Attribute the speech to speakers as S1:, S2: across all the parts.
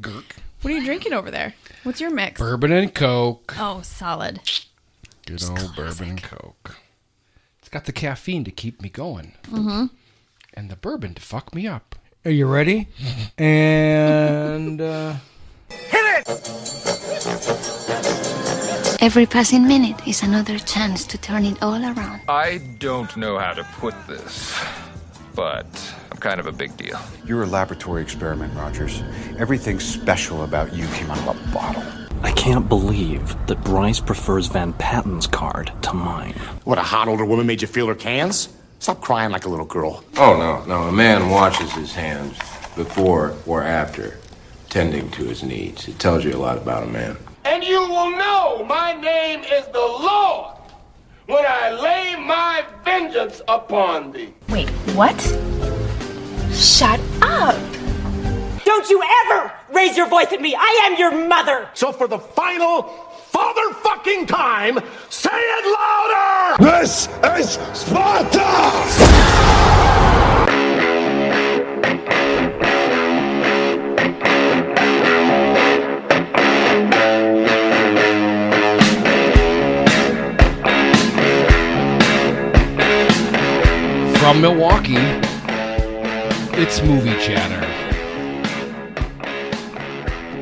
S1: Gurk.
S2: What are you drinking over there? What's your mix?
S1: Bourbon and Coke.
S2: Oh, solid.
S1: Good old bourbon and Coke. It's got the caffeine to keep me going. Mm-hmm. And the bourbon to fuck me up.
S3: Are you ready? And uh,
S4: Every passing minute is another chance to turn it all around.
S5: I don't know how to put this, but I'm kind of a big deal.
S6: You're a laboratory experiment, Rogers. Everything special about you came out of a bottle.
S7: I can't believe that Bryce prefers Van Patten's card to mine.
S8: What, a hot older woman made you feel her cans? Stop crying like a little girl.
S9: Oh, no, no. A man washes his hands before or after tending to his needs. It tells you a lot about a man.
S8: And you will know my name is the Lord when I lay my vengeance upon thee.
S10: Wait, what? Shut up!
S11: Don't you ever raise your voice at me! I am your mother!
S8: So for the final father fucking time, say it louder! This is Sparta!
S1: From Milwaukee, it's movie chatter.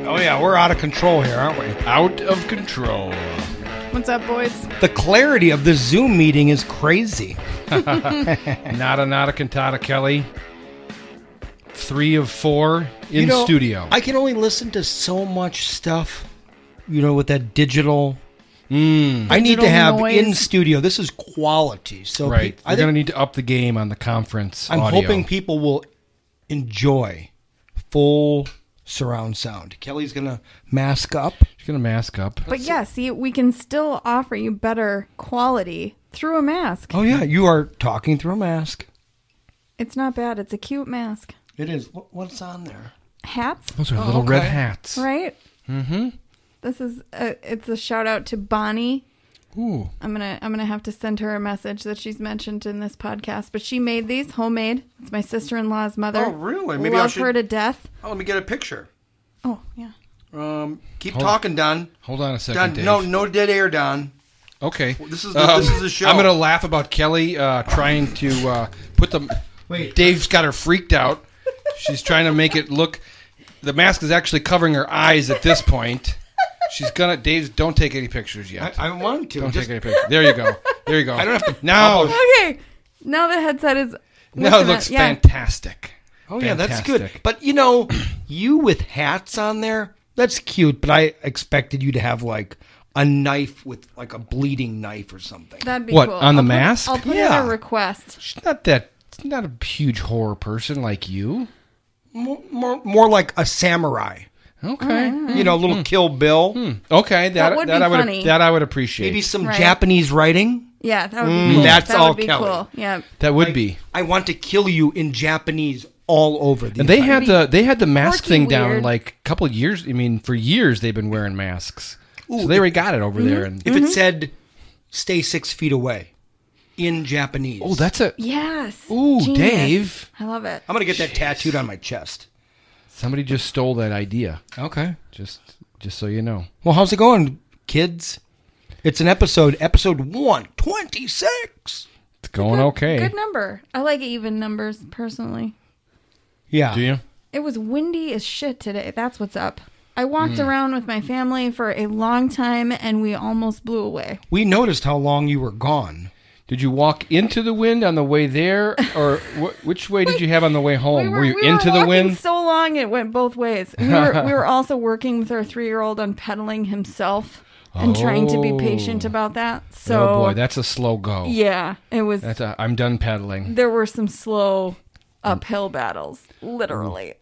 S3: oh yeah, we're out of control here, aren't we?
S1: Out of control.
S2: What's up, boys?
S3: The clarity of the Zoom meeting is crazy.
S1: Nada, nada, cantata, Kelly. Three of four in
S3: You know,
S1: studio.
S3: I can only listen to so much stuff, you know, with that digital.
S1: Hmm.
S3: I need to
S2: Digital
S3: have
S2: noise.
S3: in studio. This is quality. So
S1: right.
S3: pe-
S1: You're
S3: I
S1: going to
S3: think-
S1: need to up the game on the conference.
S3: I'm
S1: audio.
S3: hoping people will enjoy full surround sound. Kelly's gonna mask up.
S1: She's going to mask up.
S2: But yeah, see, we can still offer you better quality through a mask.
S3: Oh yeah, you are talking through a mask.
S2: It's not bad. It's a cute mask.
S3: It is. Wh- What's on there? Oh,
S2: Hats,
S1: Those are little red
S3: okay.
S1: hats.
S2: right? Mm-hmm. This is a, it's a shout out to Bonnie.
S1: Ooh.
S2: I'm gonna I'm gonna have to send her a message that she's mentioned in this podcast. But she made these homemade. It's my sister in law's mother.
S3: Oh, really? Maybe I
S2: love
S3: should-
S2: her to death.
S3: Oh, let me get a picture.
S2: Oh yeah.
S3: Um, keep
S1: Hold-
S3: talking, Don.
S1: Hold on a second,
S3: Don,
S1: Dave.
S3: no, no dead air, Don.
S1: Okay.
S3: this is the- this is the show.
S1: I'm going to laugh about Kelly uh, trying to uh, put the.
S3: Wait.
S1: Dave's got her freaked out. She's trying to make it look. The mask is actually covering her eyes at this point. She's gonna. Dave, don't take any pictures
S3: I,
S1: yet.
S3: I want to.
S1: don't
S3: Just-
S1: take any pictures. There you go. There you go. I
S3: don't have to
S1: Now,
S3: publish.
S2: Okay. Now the headset is.
S1: now it
S2: listen,
S1: looks
S2: uh, yeah.
S1: fantastic.
S3: Oh yeah, that's good.
S1: Fantastic.
S3: But you know, you with hats on there, that's cute. But I expected you to have like a knife with like a bleeding knife or something.
S2: That'd be
S1: What,
S2: cool.
S1: on the
S2: I'll put-
S1: mask?
S2: I'll put
S3: Yeah.
S2: in a request.
S1: She's not that. Not a huge horror person like you.
S3: More, more, more like a samurai.
S1: Okay.
S2: Mm-hmm.
S1: Hmm.
S3: You know, a little Kill Bill.
S1: Okay. That, that
S2: would be
S1: I would.
S2: funny.
S1: That I would appreciate.
S3: Maybe some
S2: Right.
S3: Japanese writing.
S2: Yeah, that would
S1: Mm,
S2: be cool.
S3: that's
S2: that
S3: all
S2: would be
S3: Kelly.
S2: cool. Yeah.
S1: that would be.
S3: I want to kill you in Japanese all over. The
S1: And they
S3: entire-
S1: had the they had the mask
S2: quirky,
S1: thing down
S2: weird.
S1: like a couple of years. I mean, for years they've been wearing masks. so they already got it over there. And
S3: if it said, "Stay six feet away," in Japanese.
S1: oh, that's a
S2: Yes.
S1: ooh,
S2: Genius.
S1: Dave.
S2: I love it.
S3: I'm gonna get that tattooed on my chest.
S1: Somebody just stole that idea.
S3: Okay.
S1: Just just so you know.
S3: Well, how's it going, kids? It's an episode, episode 126.
S1: It's going Oh, okay.
S2: Good number. I like even numbers personally.
S3: Yeah.
S1: Do you?
S2: It was windy as shit today. That's what's up. I walked
S1: Mm.
S2: around with my family for a long time and we almost blew away.
S3: We noticed how long you were gone.
S1: Did you walk into the wind on the way there, or wh- which way did you have on the way home? were you into the
S2: walking
S1: wind?
S2: so long it went both ways. We were, we were also working with our three year old on pedaling himself and trying to be
S1: Oh.
S2: patient about that. So
S1: oh boy, that's a slow go.
S2: yeah, it was.
S1: That's a, Mm. I'm done pedaling.
S2: there were some slow uphill battles, literally.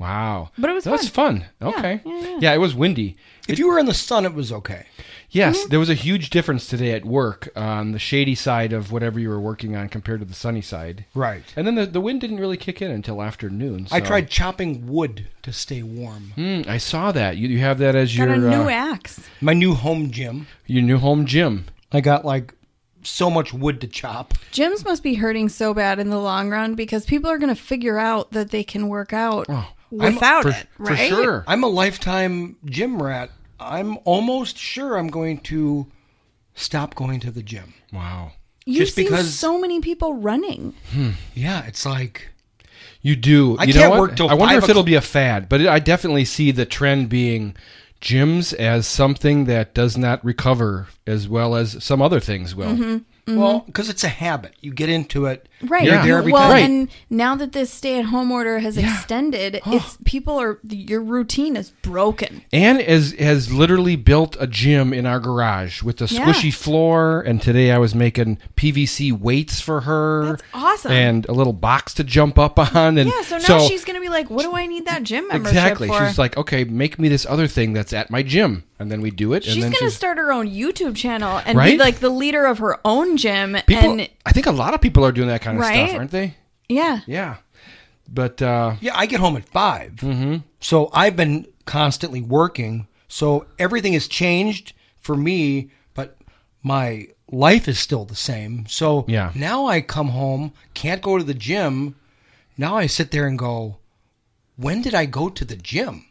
S1: Wow.
S2: But it was
S1: that was fun. Okay.
S2: yeah, yeah.
S1: it was windy.
S3: If you were in the sun, it was okay.
S1: Yes,
S2: Mm-hmm.
S1: there was a huge difference today at work on the shady side of whatever you were working on compared to the sunny side.
S3: Right.
S1: And then the, the wind didn't really kick in until after noon.
S3: I
S1: so-
S3: tried chopping wood to stay warm.
S1: Mm, I saw that. You, you have that as
S2: Got
S1: your
S2: a new
S1: uh,
S2: axe.
S3: My new home gym,
S1: your new home gym.
S3: I got like so much wood to chop.
S1: Oh,
S2: Gyms must be hurting so bad in the long run because people are going to figure out that they can work out
S3: I'm-
S2: without
S3: for-
S2: it,
S3: for
S2: right?
S3: sure. I'm a lifetime gym rat. I'm almost sure I'm going to stop going to the gym.
S1: Wow.
S2: You
S3: Just
S2: see
S3: because-
S2: so many people running.
S3: Yeah, it's like
S1: You do.
S3: I
S1: you
S3: can't
S1: know what?
S3: work till
S1: I wonder
S3: five
S1: if it'll
S3: o'clock.
S1: be a fad, but it, I definitely see the trend being gyms as something that does not recover as well as some other things will.
S3: well, because it's a habit. You get into it.
S2: Mm-hmm. Right.
S3: You're
S1: Yeah.
S3: there every
S2: well,
S3: time.
S2: and now that this stay-at-home order has extended, it's people are your routine is broken.
S1: Anne has has literally built a gym in our garage with a
S2: Yeah.
S1: squishy floor, and today I was making PVC weights for her.
S2: That's awesome.
S1: And a little box to jump up on, and
S2: Yeah, so now she's gonna be like, "What do I need that gym membership
S1: exactly.
S2: for?"
S1: She's like, okay, make me this other thing that's at my gym, and then we do it.
S2: She's
S1: and then
S2: gonna start her own YouTube channel and be
S1: Right?
S2: like the leader of her own gym.
S1: People,
S2: and
S1: I think a lot of people are doing that kind of
S2: Right?
S1: stuff, aren't they?
S2: yeah,
S1: Yeah, but uh,
S3: Yeah, I get home at 5 Mm-hmm. So I've been constantly working. So everything has changed for me, but my life is still the same. So
S1: Yeah.
S3: now I come home, can't go to the gym. Now I sit there and go, when did I go to the gym?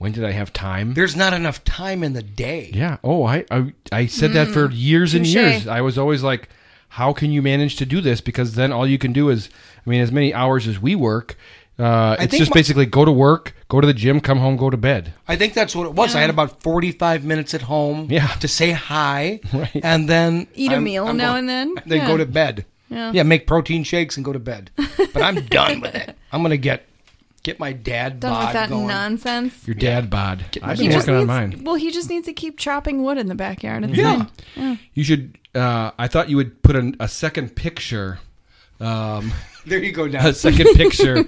S1: when did I have time?
S3: There's not enough time in the day.
S1: Yeah. Oh, I I, I said that
S3: Mm.
S1: for years and
S2: Touche.
S1: years. I was always like, how can you manage to do this? Because then all you can do is, I mean, as many hours as we work, uh, it's
S3: think
S1: just
S3: my-
S1: basically go to work, go to the gym, come home, go to bed.
S3: I think that's what it was. I had about 45 minutes at home
S1: Yeah.
S3: to say hi
S1: Right.
S3: and then
S2: Eat a
S3: a
S2: meal now and then.
S3: Then
S2: Yeah.
S3: go to bed. Yeah. make protein shakes and go to bed. But I'm done with it. I'm going to get get my dad
S2: done
S3: bod
S2: with that
S3: going.
S2: nonsense.
S1: Your dad bod. I've been
S2: He just
S1: working on
S2: needs-
S1: mine.
S2: Well, he just needs to keep chopping wood in the backyard. It's
S3: Yeah.
S2: fine.
S1: You should. Uh, I thought you would put an, a second picture. Um,
S3: There you go now.
S1: a second picture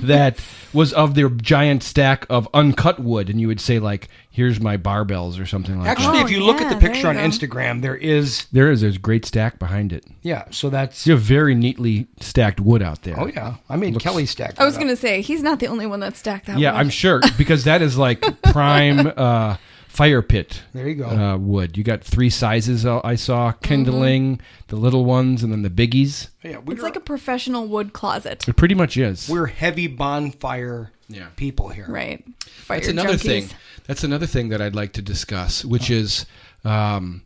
S1: that was of their giant stack of uncut wood, and you would say like, "Here's my barbells" or something like that.
S3: Actually,
S2: Oh,
S3: if you look at
S2: yeah,
S3: the
S2: there
S3: picture on
S2: you go.
S3: Instagram, there is
S1: There is. There's a great stack behind it.
S3: yeah, so that's
S1: You have very neatly stacked wood out there.
S3: Oh yeah. I made Kelly stack.
S2: I was gonna say he's not the only one that stacked that.
S1: Yeah,
S2: wood.
S1: I'm sure because that is like prime uh, fire pit.
S3: There you go. Mm-hmm.
S1: Uh, wood. You got three sizes. uh, I saw kindling, the little ones, and then the biggies.
S3: Yeah, we
S2: It's
S3: were-
S2: like a professional wood closet,
S1: It pretty much is.
S3: we're heavy bonfire
S1: Yeah.
S3: people here.
S2: right? Fire
S1: That's another
S2: junkies.
S1: thing. That's another thing that I'd like to discuss, which is um,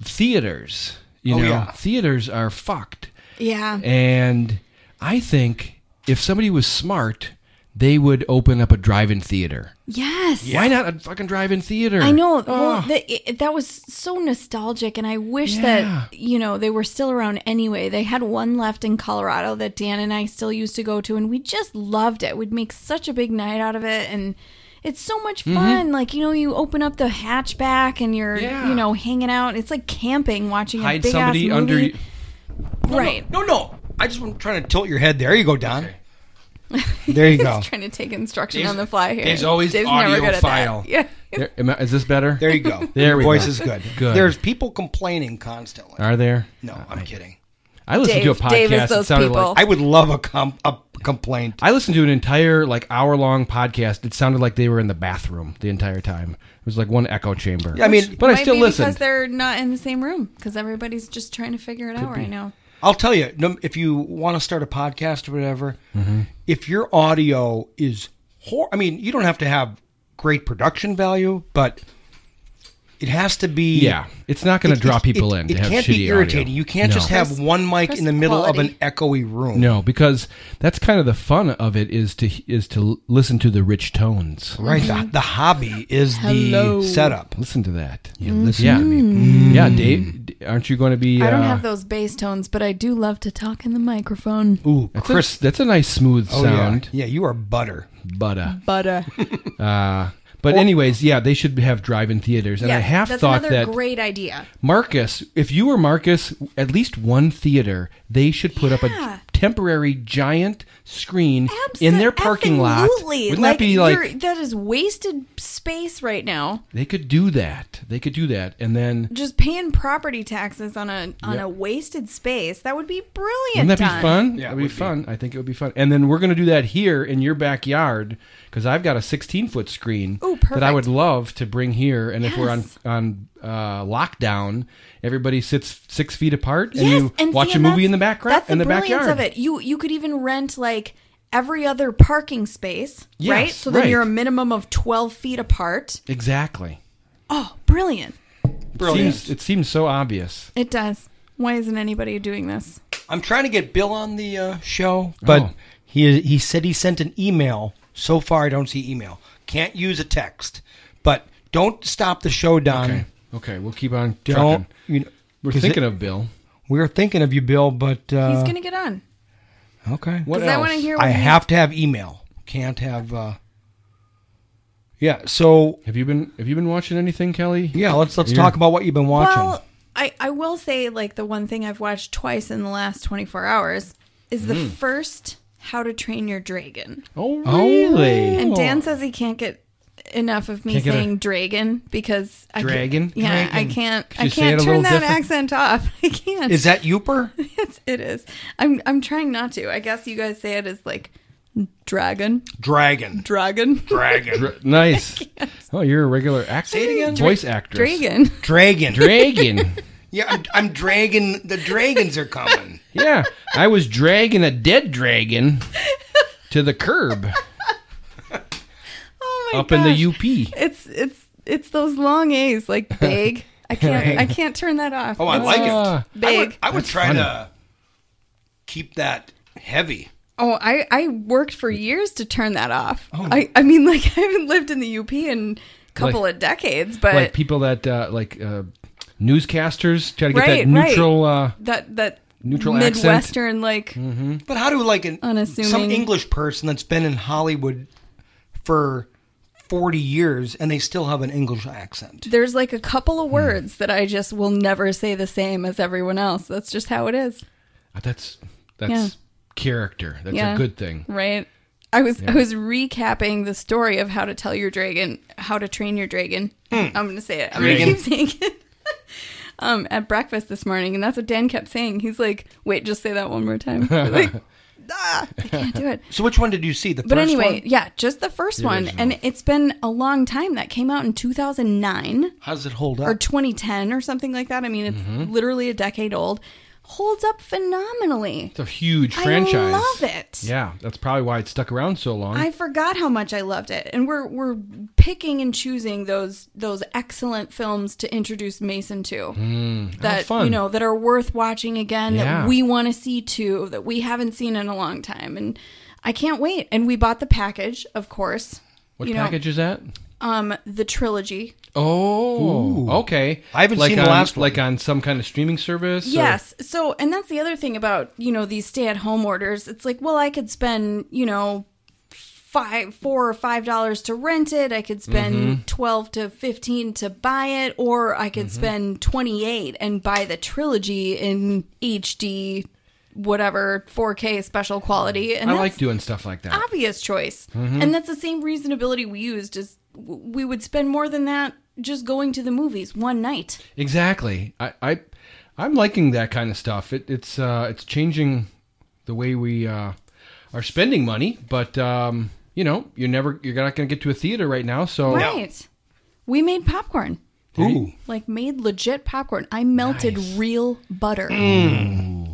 S1: theaters. You
S3: Oh,
S1: know,
S3: yeah.
S1: theaters are fucked.
S2: Yeah.
S1: And I think if somebody was smart, they would open up a drive-in theater.
S2: Yes.
S1: Why not a fucking drive-in theater?
S2: I know. Well, the, it, that was so nostalgic, and I wish
S1: Yeah.
S2: that you know they were still around anyway. They had one left in Colorado that Dan and I still used to go to, and we just loved it. We'd make such a big night out of it, and it's so much
S1: Mm-hmm.
S2: fun. Like you know, you open up the hatchback, and you're
S1: Yeah.
S2: you know hanging out. It's like camping, watching a
S1: Hide
S2: big ass
S1: somebody
S2: movie.
S1: under you.
S2: right.
S3: No, no. I just want trying to tilt your head. There you go, Don. There you go.
S2: He's trying to take instruction on the fly here.
S1: Dave's always
S2: never good at that.
S1: audiophile.
S2: Yeah.
S1: There- am I- is this better?
S3: There you go.
S1: There
S3: Your
S1: we
S3: voice
S1: go.
S3: is good.
S1: Good.
S3: There's people complaining constantly.
S1: Are there?
S3: No, I'm kidding.
S1: I listened
S2: Dave-
S1: to a podcast.
S2: Dave is
S1: that
S2: those
S1: sounded
S2: people.
S1: Like,
S3: I would love a, com- a complaint.
S1: I listened to an entire like hour long podcast. It sounded like they were in the bathroom the entire time. It was like one echo chamber.
S3: I mean,
S1: but I
S2: Might
S1: still
S2: be
S1: listened.
S2: because they're not in the same room because everybody's just trying to figure it out right now.
S3: I'll tell you, no- if you want to start a podcast or whatever,
S1: Mm-hmm.
S3: if your audio is, hor- I mean, you don't have to have great production value, but it has to be.
S1: Yeah, it's not going
S3: it-
S1: to draw people
S3: it,
S1: in.
S3: It
S1: to have
S3: can't
S1: shitty
S3: be
S1: audio.
S3: irritating. You can't
S1: No.
S3: just have one mic
S2: press
S3: in the middle of
S2: quality.
S3: an echoey room.
S1: no, because that's kind of the fun of it is to is to l- listen to the rich tones.
S3: Right. The,
S2: Mm-hmm.
S3: the hobby is the setup.
S1: Listen to that. You listen yeah. to me.
S3: Mm.
S1: Yeah, Dave, d- aren't you going to be?
S2: I don't
S1: uh,
S2: have those bass tones, but I do love to talk in the microphone.
S3: Ooh,
S1: That's
S3: Chris.
S1: a, that's a nice smooth
S3: oh,
S1: sound,
S3: Yeah. yeah, you are butter.
S1: but uh,
S2: Butter.
S1: Uh, but anyways, yeah, they should have drive-in theaters. And I half
S2: that's
S1: thought
S2: another
S1: that
S2: great idea.
S1: Marcus, if you were Marcus, at least one theater, they should put up
S2: Yeah.
S1: a temporary giant screen in their parking lot.
S2: Absolutely.
S1: Wouldn't that be
S2: you're-
S1: like
S2: that is wasted space right now.
S1: they could do that? They could do that, and then
S2: Just paying property taxes on a on
S1: Yep.
S2: a wasted space. That would be brilliant.
S1: wouldn't that
S2: Don.
S1: be fun?
S3: Yeah,
S1: That'd
S3: it
S1: be
S3: would be.
S1: fun. I think it would be fun. And then we're gonna do that here in your backyard because I've got a 16 foot screen
S2: Ooh,
S1: that I
S2: perfect.
S1: would love to bring here. And if we're on
S2: Yes.
S1: on uh, lockdown, everybody sits six feet apart, and
S2: yes,
S1: you
S2: and
S1: watch
S2: see,
S1: a
S2: and
S1: movie in the
S2: that's-
S1: background
S2: That's
S1: in the
S2: brilliance
S1: backyard
S2: of it. You you could even rent like every other parking space,
S1: Yes,
S2: right? So then
S1: right.
S2: you're a minimum of 12 feet apart.
S1: Exactly.
S2: Oh, brilliant.
S1: Brilliant. Seems, it seems so obvious.
S2: It does. Why isn't anybody doing this?
S3: I'm trying to get Bill on the uh,
S1: Oh.
S3: show, but he he said he sent an email. So far, I don't see email. Can't use a text, but don't stop the show, Don.
S1: Okay. Okay, we'll keep on
S3: Don't.
S1: trucking.
S3: You know,
S1: We're
S3: 'cause
S1: thinking
S3: it-
S1: of Bill.
S3: We're thinking of you, Bill. But uh,
S2: He's going to get on.
S3: okay.
S1: What 'Cause I wanna
S2: else? hear what
S3: I
S2: he-
S3: have to have email. Can't have. Uh, yeah. So
S1: have you been Have you been watching anything, Kelly?
S3: yeah, let's let's
S1: You're-
S3: talk about what you've been watching.
S2: Well, I, I will say, like, the one thing I've watched twice in the last 24 hours is the
S1: Mm.
S2: first How to Train Your Dragon.
S1: Oh, really?
S2: And Dan says he can't get enough of me
S1: Can't get a-
S2: saying dragon because I can't-
S1: Dragon?
S2: yeah i
S1: Dragon.
S2: can't
S1: Could
S2: i
S1: you say it
S2: can't
S1: a
S2: turn
S1: little
S2: that
S1: different?
S2: accent off i can't
S3: Is that Uper?
S2: it's, it is i'm i'm trying not to i guess you guys say it as like dragon
S3: Dragon.
S2: dragon
S1: Dra- nice. Oh, you're a regular actor.
S3: Say it again.
S1: Voice actress.
S2: dragon
S3: Dragon.
S1: Dragon.
S3: Yeah, I'm, I'm dragging. The dragons are coming.
S1: yeah, I was dragging a dead dragon to the curb
S2: oh my
S1: up in
S2: gosh.
S1: the UP.
S2: it's it's it's those long a's like big i can't i
S1: Dragon.
S2: can't turn that off
S3: Oh, I
S2: It's
S3: like
S2: just
S3: it. I would,
S2: big
S3: I would
S1: That's
S3: try
S1: funny.
S3: to keep that heavy.
S2: Oh, I, I worked for years to turn that off. I, I mean, like, I haven't lived in the UP in a couple
S1: Oh. Like-
S2: of decades, but
S1: like people that uh, like uh, newscasters try to get
S2: right,
S1: that neutral.
S2: right.
S1: Uh,
S2: that that
S1: neutral accent. Mm.
S2: Midwestern, like
S3: But how do like an
S2: Unassuming.
S3: some English person that's been in Hollywood for forty years and they still have an English accent?
S2: there's like a couple
S1: Mm.
S2: of words that I just will never say the same as everyone else. That's just how it is,
S1: uh, that's that's
S2: Yeah.
S1: character. That's
S2: Yeah.
S1: a good thing.
S2: right? I was I
S1: Yeah.
S2: was recapping the story of how to tell your dragon, how to train your dragon. I'm gonna say it. I'm gonna
S1: Dragon.
S2: keep saying it. um, at breakfast this morning, and that's what Dan kept saying. He's like, "Wait, just say that one more time." like, ah, I can't do it.
S3: So which one did you see? The
S2: But
S3: first
S2: anyway,
S3: one?
S2: yeah, just the first
S1: The
S2: one, and it's been a long time. That came out in 2009.
S3: How does it hold up?
S2: or 2010 or something like that. I mean, it's
S1: Mm-hmm.
S2: literally a decade old. Holds up phenomenally.
S1: It's a huge
S2: I
S1: franchise.
S2: love it.
S1: Yeah, that's probably why it stuck around so long.
S2: I forgot how much I loved it, and we're we're picking and choosing those those excellent films to introduce Mason to that
S1: Hmm. fun.
S2: you know that are worth watching again
S1: Yeah.
S2: that we want to see too that we haven't seen in a long time, and I can't wait. And we bought the package, of course.
S1: what
S2: you know,
S1: package is that?
S2: Um, the trilogy
S1: Oh, okay.
S3: I haven't
S1: like
S3: seen
S1: on,
S3: the last one.
S1: Like on some kind of streaming service. or-
S2: Yes. So, and that's the other thing about, you know, these stay at home orders. It's like, well, I could spend, you know, five, four or five dollars to rent it. I could spend 12 to 15 to buy it, or I could spend 28 and buy the trilogy in HD, whatever 4K special quality. And
S1: I
S2: that's
S1: like doing stuff like that.
S2: obvious choice. And that's the same reasonability we used is w- we would spend more than that just going to the movies one night.
S1: Exactly. I, I I'm liking that kind of stuff. It, it's uh, it's changing the way we uh, are spending money, but um, you know, you're never you're not going to get to a theater right now. So
S2: Right. We made popcorn.
S3: Ooh,
S2: Like made legit popcorn. I melted real butter.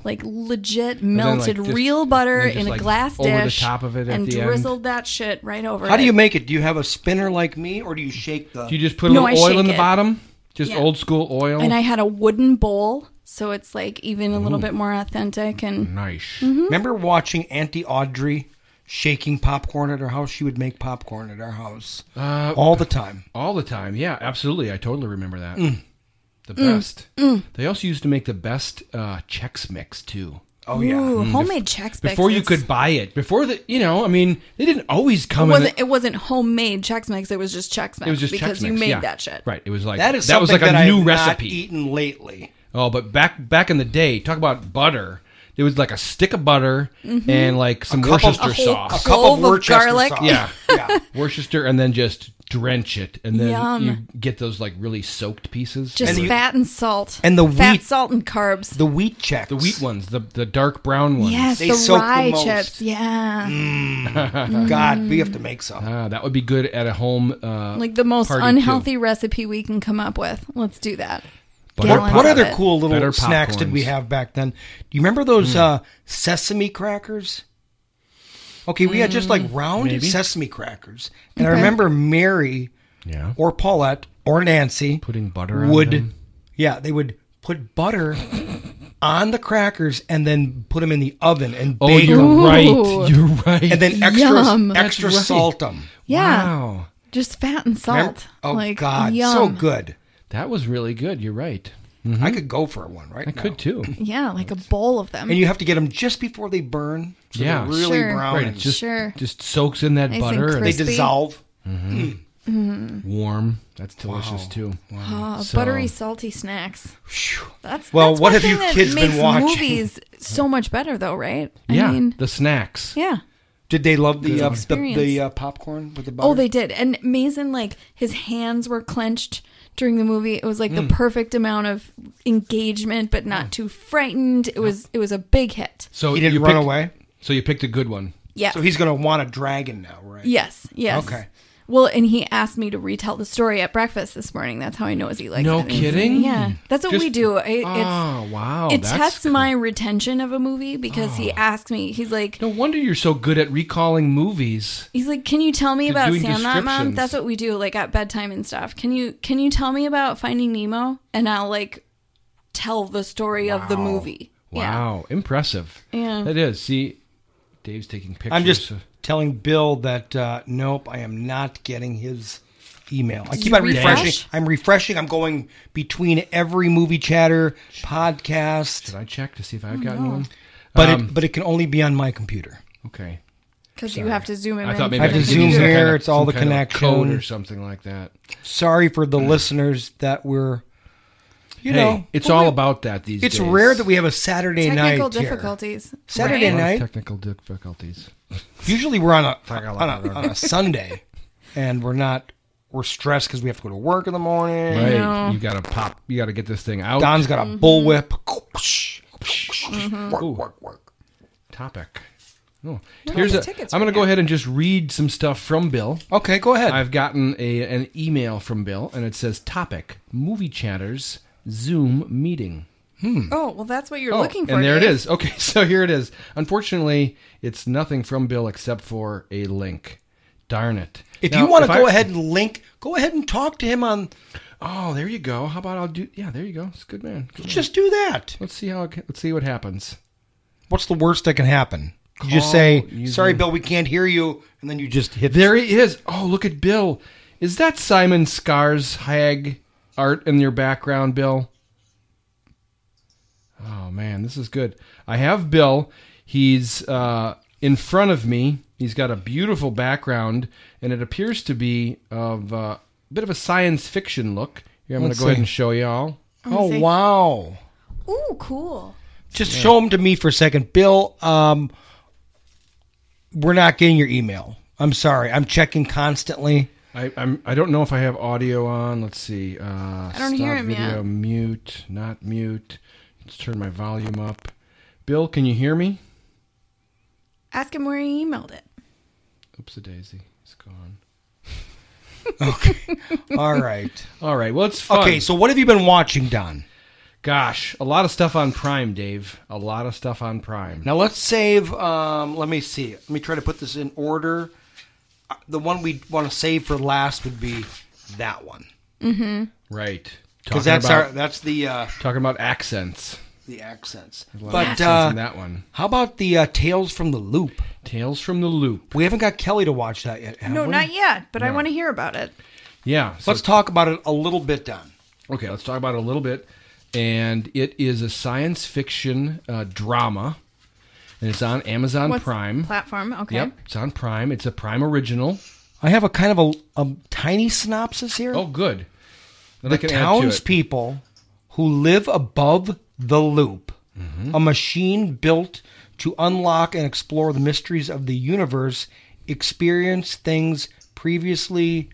S2: Like legit
S1: Mm. then, like,
S2: melted
S1: just-
S2: real butter
S1: and then just,
S2: in a
S1: like,
S2: glass
S1: over the
S2: dish
S1: top of it at
S2: and
S1: the end.
S2: drizzled that shit right over.
S3: how do
S2: it.
S3: you make it? Do you have a spinner like me, or do you shake the?
S1: Do you just put a
S2: No,
S1: little
S2: I
S1: oil in
S2: shake
S1: the
S2: it.
S1: bottom? Just
S2: Yeah.
S1: old school oil.
S2: And I had a wooden bowl, so it's like even a little bit more authentic and
S1: nice.
S2: Mm-hmm.
S3: remember watching Auntie Audrey shaking popcorn at her house? She would make popcorn at our house
S1: Uh,
S3: all the time.
S1: All the time. Yeah, absolutely. I totally remember that. The
S2: Mm.
S1: best. They also used to make the best uh, Chex Mix too.
S3: Oh yeah.
S2: Ooh, homemade Chex Mix.
S1: Mm, Before you
S2: It's-
S1: could buy it, before the you know, I mean, they didn't always
S2: it
S1: come. in the-
S2: wasn't, it wasn't homemade Chex Mix. It was just Chex Mix.
S1: It was just
S2: because
S1: Chex
S2: you
S1: Mix,
S2: made
S1: yeah.
S2: that shit.
S1: Right. It was like
S3: That is
S1: that was like a new
S3: Not
S1: recipe.
S3: eaten lately.
S1: Oh, but back back in the day, talk about butter. There was like a stick of butter
S2: Mm-hmm.
S1: and like some
S3: cup of-
S1: Worcester
S3: a
S2: whole
S1: sauce.
S2: cup. Clove of garlic.
S1: Yeah.
S3: yeah.
S1: Worcester and then just drench it and then
S2: Yum.
S1: you get those like really soaked pieces.
S2: Just
S3: And you-
S2: fat and salt.
S3: and the
S2: fat,
S3: wheat-
S2: salt, and carbs.
S3: The wheat checks.
S1: the wheat ones, the the dark brown ones.
S2: Yes,
S3: They
S2: the
S3: soak the
S2: rye
S3: most.
S2: chips. Yeah,
S3: God,
S2: Mm-hmm.
S3: we have to make some.
S1: Ah, that would be good at a home uh
S2: like the most
S1: party, too.
S2: unhealthy recipe we can come up with. Let's do that.
S1: Butter
S2: Gallons
S1: pop-
S3: What
S2: of
S3: other
S2: it.
S3: cool little
S1: Better
S3: snacks did we
S1: popcorns. Hmm.
S3: have back then? Do you remember those uh, sesame crackers? Okay, we had just like
S1: Mm,
S3: round
S1: maybe.
S3: sesame crackers, and I
S1: Okay.
S3: remember Mary, or Paulette or Nancy
S1: putting butter on
S3: would,
S1: them.
S3: yeah, they would put butter on the crackers and then put them in the oven and
S1: Oh,
S3: bake
S1: you're
S3: them.
S1: right. You're right.
S3: And then extra
S2: Yum.
S3: extra
S1: That's right.
S3: salt them.
S2: Yeah.
S1: Wow.
S2: Just fat and salt.
S3: Remember- Oh
S2: like,
S3: God,
S2: yum.
S3: so good.
S1: That was really good. You're right.
S3: I could go for one right
S1: Mm-hmm. I
S3: now.
S1: could too.
S2: Yeah, like a bowl of them.
S3: And you have to get them just before they burn. So
S1: yeah,
S3: they're really
S2: Sure.
S3: brown.
S1: Right,
S3: and
S1: it just
S2: Sure.
S1: just soaks in that
S2: Nice and
S1: butter.
S3: they dissolve.
S1: Mhm.
S2: Mm.
S1: Warm. That's delicious
S3: Wow.
S1: too.
S2: Ah,
S1: So-
S2: buttery, salty snacks. That's
S1: Well,
S2: that's
S1: what
S2: one
S1: have
S2: thing
S1: you
S2: that
S1: kids been
S2: makes
S1: watching?
S2: Movies so much better though, right?
S1: Yeah,
S2: I mean,
S1: the snacks.
S2: yeah.
S3: Did they love the
S1: Good
S3: uh,
S1: one.
S3: the,
S2: Experience.
S3: the uh, popcorn with the butter?
S2: Oh, they did. And Mason, like his hands were clenched during the movie. It was like
S1: Mm.
S2: the perfect amount of engagement, but not too frightened. It was it was a big hit.
S1: So
S3: He didn't
S1: you
S3: run
S1: picked-
S3: away?
S1: So you picked a good one.
S2: Yes.
S3: So he's going to want a dragon now, right?
S2: Yes. Yes.
S3: Okay.
S2: Well, and he asked me to retell the story at breakfast this morning. That's how I know as he likes
S1: No
S2: it. It's-
S1: kidding?
S2: Yeah, that's what we
S1: Just-
S2: do. I- it's,
S1: Oh, wow,
S2: It
S1: that's Oh.
S2: tests my retention of a movie because he asked me. He's like,
S1: No wonder you're so good at recalling movies.
S2: He's like, "Can you tell me
S1: They're
S2: about
S1: doing
S2: Sandlot, Mom?
S1: descriptions.
S2: That's what we do, like at bedtime and stuff. Can you can you tell me about Finding Nemo?" And I'll like tell the story of the movie.
S1: Wow, impressive.
S2: Yeah.
S1: that is. See, Dave's taking pictures.
S3: I'm just
S1: of-
S3: telling Bill that uh, nope, I am not getting his email. I
S1: Did
S3: keep
S1: you
S3: on refreshing.
S1: refresh?
S3: I'm refreshing. I'm going between every movie chatter podcast. Should
S1: I check to see if
S2: Oh,
S1: I've gotten one?
S3: But
S1: Um,
S3: it, but it can only be on my computer.
S1: Okay.
S2: Because you have to zoom in.
S1: I thought maybe
S3: I have to
S1: could give you
S3: zoom
S1: some
S3: here.
S1: kind of-
S3: it's all
S1: some
S3: the
S1: kind of
S3: connection
S1: code or something like that.
S3: Sorry for the listeners that were. You
S1: Hmm. Hey,
S3: know,
S1: it's
S3: well,
S1: all
S3: we-
S1: about that these
S3: It's
S1: days.
S3: rare that we have a Saturday
S2: Technical
S3: night here.
S2: difficulties,
S3: Saturday
S2: right?
S3: night.
S1: Technical difficulties.
S3: Usually we're on a on
S1: Talking a
S3: a,
S1: lot
S3: on a Sunday, and we're not we're stressed because we have to go to work in the morning.
S1: Right. You got to pop. You got to get this thing out.
S3: Don's got a
S1: Mhm.
S3: bullwhip. Work,
S1: Ooh.
S3: work, work.
S1: Topic. Oh,
S3: We're
S1: here's
S3: on
S1: a,
S3: the tickets
S1: I'm going
S3: right
S1: to go
S3: now. Oh,
S1: ahead and just read some stuff from Bill.
S3: Okay, go ahead.
S1: I've gotten a an email from Bill, and it says topic movie chatters Zoom meeting. Hmm.
S2: Oh well, that's what you're
S1: Oh,
S2: looking for.
S1: And there it
S2: Dave.
S1: is. Okay, so here it is. Unfortunately, it's nothing from Bill except for a link. Darn it.
S3: If
S1: Now,
S3: you want to
S1: I-
S3: go ahead and link, go ahead and talk to him on.
S1: Oh, there you go. How about I'll do? Yeah, there you go. It's a good man. Good man.
S3: Just do that.
S1: Let's see how. It, ca- let's see what happens.
S3: What's the worst that can happen? You just
S1: Call
S3: say,
S1: using-
S3: "Sorry, Bill, we can't hear you," and then you just hit.
S1: There he is. Oh, look at Bill. Is that Simon Scarshag art in your background, Bill? Oh man, this is good. I have Bill. He's uh, in front of me. He's got a beautiful background, and it appears to be of uh, a bit of a science fiction look. Here, I'm going to
S3: Let's
S1: go ahead
S3: see.
S1: and show y'all.
S2: I'm gonna
S3: Oh
S2: say-
S3: wow!
S2: Ooh, cool.
S3: Just show him to me for a second, Bill. Um, we're not getting your email. I'm sorry. I'm checking constantly.
S1: I, I'm. I don't know if I have audio on. Let's see. Uh, I
S2: don't hear him
S1: video,
S2: yet.
S1: Mute. Not mute. Let's turn my volume up. Bill, can you hear me?
S2: Ask him where he emailed it.
S1: Oops, a daisy. It's gone.
S3: All right.
S1: All right. Well, it's fun.
S3: Okay, so what have you been watching, Don?
S1: Gosh, a lot of stuff on Prime, Dave. A lot of stuff on Prime.
S3: Now let's save. Um, let me see. Let me try to put this in order. Uh, The one we want to save for last would be that one
S2: Mm-hmm.
S1: Right. Talking
S3: because that's
S1: about,
S3: our that's the uh,
S1: talking about accents.
S3: the accents.
S1: lot of
S3: But
S1: accents
S3: uh,
S1: in that one.
S3: How about the uh, Tales from the Loop?
S1: Tales from the Loop.
S3: We haven't got Kelly to watch that yet. Have
S2: No,
S3: we?
S2: not yet, but I
S1: No.
S2: want to hear about it.
S1: Yeah. so-
S3: Let's talk about it a little bit, Don.
S1: Okay, let's talk about it a little bit. And it is a science fiction uh, drama. And it's on Amazon
S2: What's
S1: Prime.
S2: platform? Okay.
S1: Yep, it's on Prime. It's a Prime original.
S3: I have a kind of a, a tiny synopsis here.
S1: Oh, good. Then I
S3: the
S1: can add to it.
S3: townspeople who live above the loop, a machine built to unlock and explore the mysteries of the universe, experience things previously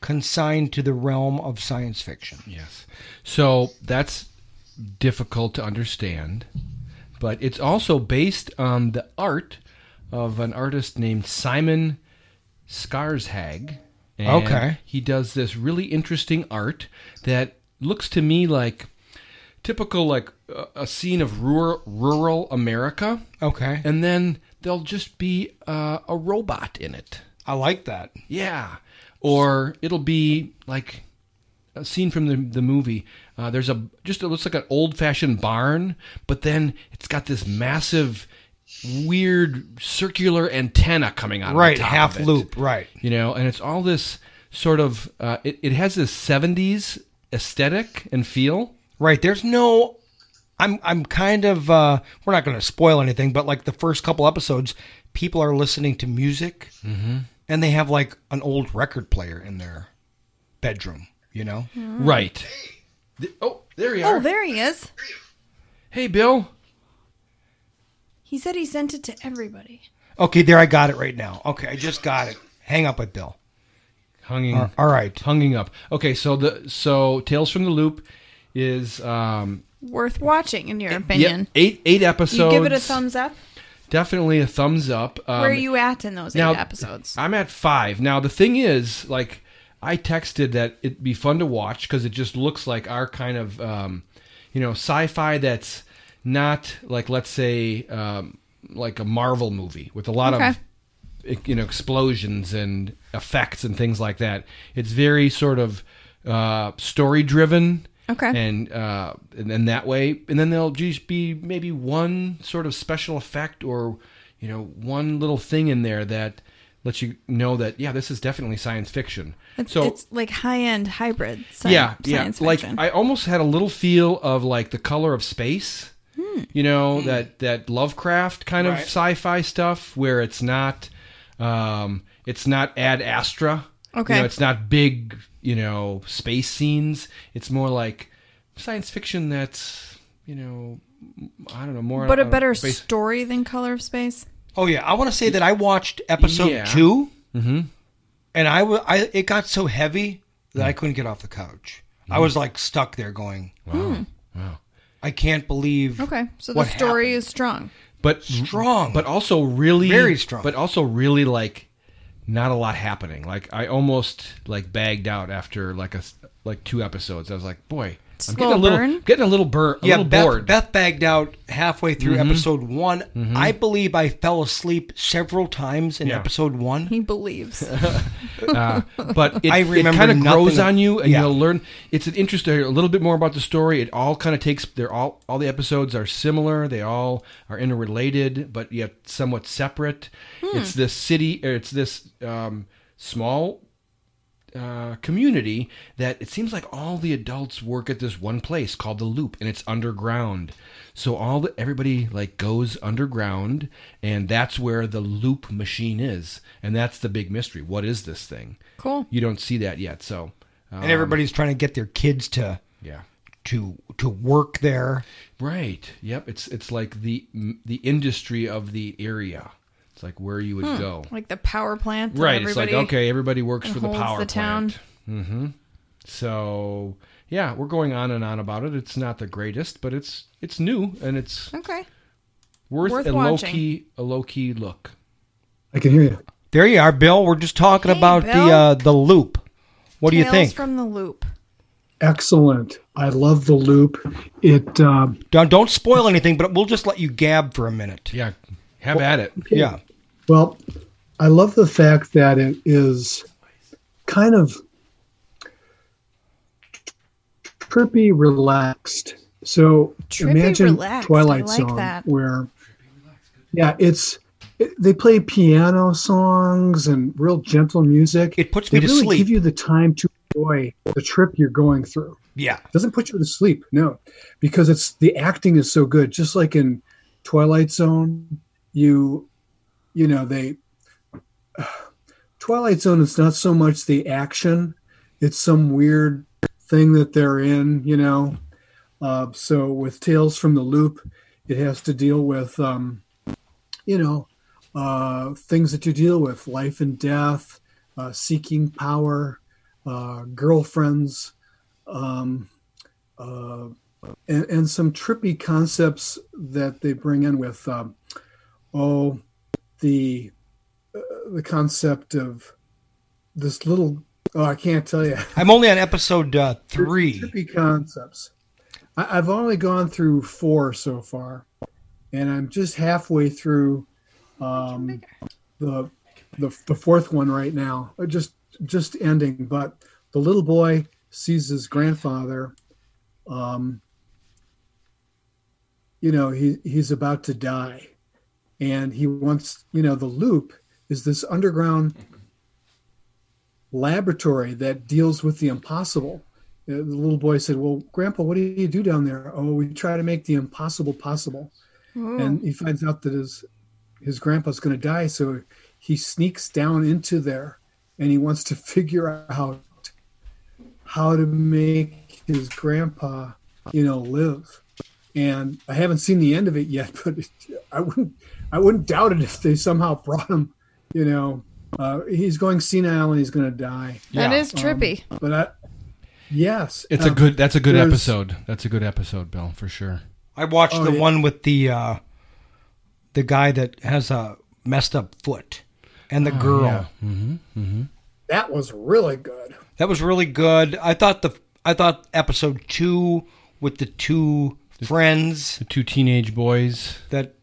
S3: consigned to the realm of science fiction.
S1: Yes. So that's difficult to understand, but it's also based on the art of an artist named Simon Scarshag. And
S3: Okay.
S1: He does this really interesting art that looks to me like typical like uh, a scene of rural rural America.
S3: Okay.
S1: And then there'll just be uh, a robot in it.
S3: I like that.
S1: Yeah. Or it'll be like a scene from the the movie. Uh, there's a just it looks like an old fashioned barn, but then it's got this massive, weird circular antenna coming out. of the
S3: Right,
S1: top
S3: half
S1: of it.
S3: loop, right.
S1: You know, and it's all this sort of uh, it. It has this '70s aesthetic and feel.
S3: Right. There's no. I'm. I'm kind of. Uh, we're not going to spoil anything, but like the first couple episodes, people are listening to music,
S1: Mhm.
S3: and they have like an old record player in their bedroom. You know.
S1: Right. Th- oh, there you
S2: Oh,
S1: are.
S2: there he is.
S1: Hey, Bill.
S2: He said he sent it to everybody.
S3: Okay, there. I got it right now. Okay, I just got it. Hang up with Bill.
S1: Hunging.
S3: All- all right.
S1: Hunging up. Okay, so the so Tales from the Loop is um
S2: Worth watching, in your
S1: yeah,
S2: opinion.
S1: eight eight
S2: You
S1: episodes.
S2: give it a thumbs up.
S1: Definitely a thumbs up. Um,
S2: Where are you at in those
S1: now,
S2: eight episodes?
S1: I'm at five. Now the thing is, like, I texted that it'd be fun to watch because it just looks like our kind of, um, you know, sci-fi that's not like, let's say, um, like a Marvel movie with a lot
S8: Okay.
S1: of, e- you know, explosions and effects and things like that. It's very sort of uh, story-driven.
S2: Okay.
S1: And uh, and then that way, and then there'll just be maybe one sort of special effect or you know one little thing in there that lets you know that yeah, this is definitely science fiction.
S2: It's,
S1: so
S2: it's like high end hybrid sci-
S1: yeah,
S2: science
S1: yeah, like
S2: fiction.
S1: I almost had a little feel of like the color of space.
S2: Hmm.
S1: You know that that Lovecraft kind of
S3: Right.
S1: sci-fi stuff where it's not, um, it's not ad astra. You
S2: Okay.
S1: know, it's not big. You know, space scenes. It's more like science fiction that's you know, I don't know more.
S2: but a
S1: on
S2: better
S1: space-
S2: story than Color of Space.
S3: Oh yeah, I want to say that I watched episode
S1: Yeah.
S3: 2
S1: Mhm.
S3: and I, wa- I it got so heavy that I couldn't get off the couch. I
S1: Mhm.
S3: was like stuck there, going,
S1: Mm. Wow.
S2: Hmm.
S1: Wow.
S3: I can't believe."
S2: Okay, so the
S3: what
S2: story is strong.
S1: but
S3: strong,
S1: but also really
S3: Very strong.
S1: but also really like not a lot happening. Like I almost like bagged out after like a s- like two episodes. I was like, boy, I'm
S3: Slow
S1: getting a little
S3: burn?
S1: getting a little burn, a
S3: yeah,
S1: little
S3: Beth,
S1: bored.
S3: Beth bagged out halfway through
S1: Mhm.
S3: episode one.
S1: Mhm.
S3: I believe I fell asleep several times in
S1: Yeah.
S3: episode one.
S2: He believes.
S1: uh, but it,
S3: I remember
S1: kind of
S3: nothing
S1: grows
S3: of-
S1: on you, and
S3: Yeah.
S1: you'll learn. It's an interesting, a little bit more about the story. It all kind of takes. They're all all the episodes are similar. They all are interrelated, but yet somewhat separate.
S8: Hmm.
S1: It's this city. Or it's this um, small uh, community that it seems like all the adults work at this one place called the Loop, and it's underground. So all the, everybody like goes underground, and that's where the Loop machine is, and that's the big mystery. What is this thing?
S2: Cool.
S1: You don't see that yet, so um,
S3: and everybody's trying to get their kids to
S1: Yeah.
S3: to to work there.
S1: right. Yep, it's it's like the the industry of the area. It's like where you would
S2: Hmm,
S1: go.
S2: Like the power plant. that
S1: Right. It's like
S2: everybody-
S1: okay, everybody works
S2: and
S1: for the
S2: holds
S1: power
S2: the town.
S1: plant. Mm-hmm. So yeah, we're going on and on about it. It's not the greatest, but it's it's new and it's
S2: okay.
S1: Worth,
S2: Worth
S1: a low
S2: watching.
S1: key a low key look.
S3: I can hear you. There you are, Bill. We're just talking about
S2: Bill.
S3: the uh, the loop. What do you
S2: Tales
S3: think?
S2: from the Loop.
S12: Excellent. I love the loop. It um,
S3: Don't, don't spoil anything, but we'll just let you gab for a minute.
S1: Yeah, have at it.
S3: Yeah,
S12: well, I love the fact that it is kind of trippy, relaxed. So
S2: Trippy
S12: imagine
S2: relaxed.
S12: Twilight
S2: I like
S12: Zone,
S2: that.
S12: where yeah, it's it, they play piano songs and real gentle music. It
S3: puts
S12: they
S3: me to
S12: really
S3: sleep.
S12: Give you the time to enjoy the trip you're going through.
S3: yeah.
S12: doesn't put you to sleep no because it's the acting is so good just like in twilight zone you you know they twilight zone it's not so much the action it's some weird thing that they're in you know uh, so with tales from the loop it has to deal with um, you know uh, things that you deal with life and death uh, seeking power uh, girlfriends um, uh, and, and some trippy concepts that they bring in with um, oh the uh, the concept of this little oh I can't tell you
S3: I'm only on episode uh, three.
S12: trippy concepts. I, I've only gone through four so far, and I'm just halfway through um, the, the the fourth one right now. Uh, Just just ending, but the little boy sees his grandfather. Um, you know, he he's about to die, and he wants you know the loop is this underground laboratory that deals with the impossible. Uh, The little boy said, "Well, Grandpa, what do you do down there?" "Oh, we try to make the impossible possible." And he finds out that his his grandpa's going to die, so he sneaks down into there, and he wants to figure out how to make his grandpa, you know, live. And I haven't seen the end of it yet, but it, I wouldn't I wouldn't doubt it if they somehow brought him. You know, uh, he's going senile and he's going to die.
S2: That is trippy.
S12: Um, but I, yes,
S1: It's a
S12: um,
S1: good. That's a good
S12: there's-
S1: episode. That's a good episode, Bill, for sure.
S3: I watched
S12: Oh,
S3: the
S12: yeah.
S3: one with the uh, the guy that has a messed up foot and the girl.
S1: Mm-hmm. Mm-hmm.
S12: That was really good.
S3: That was really good. I thought the I thought episode two with the two friends,
S1: the two teenage boys
S3: that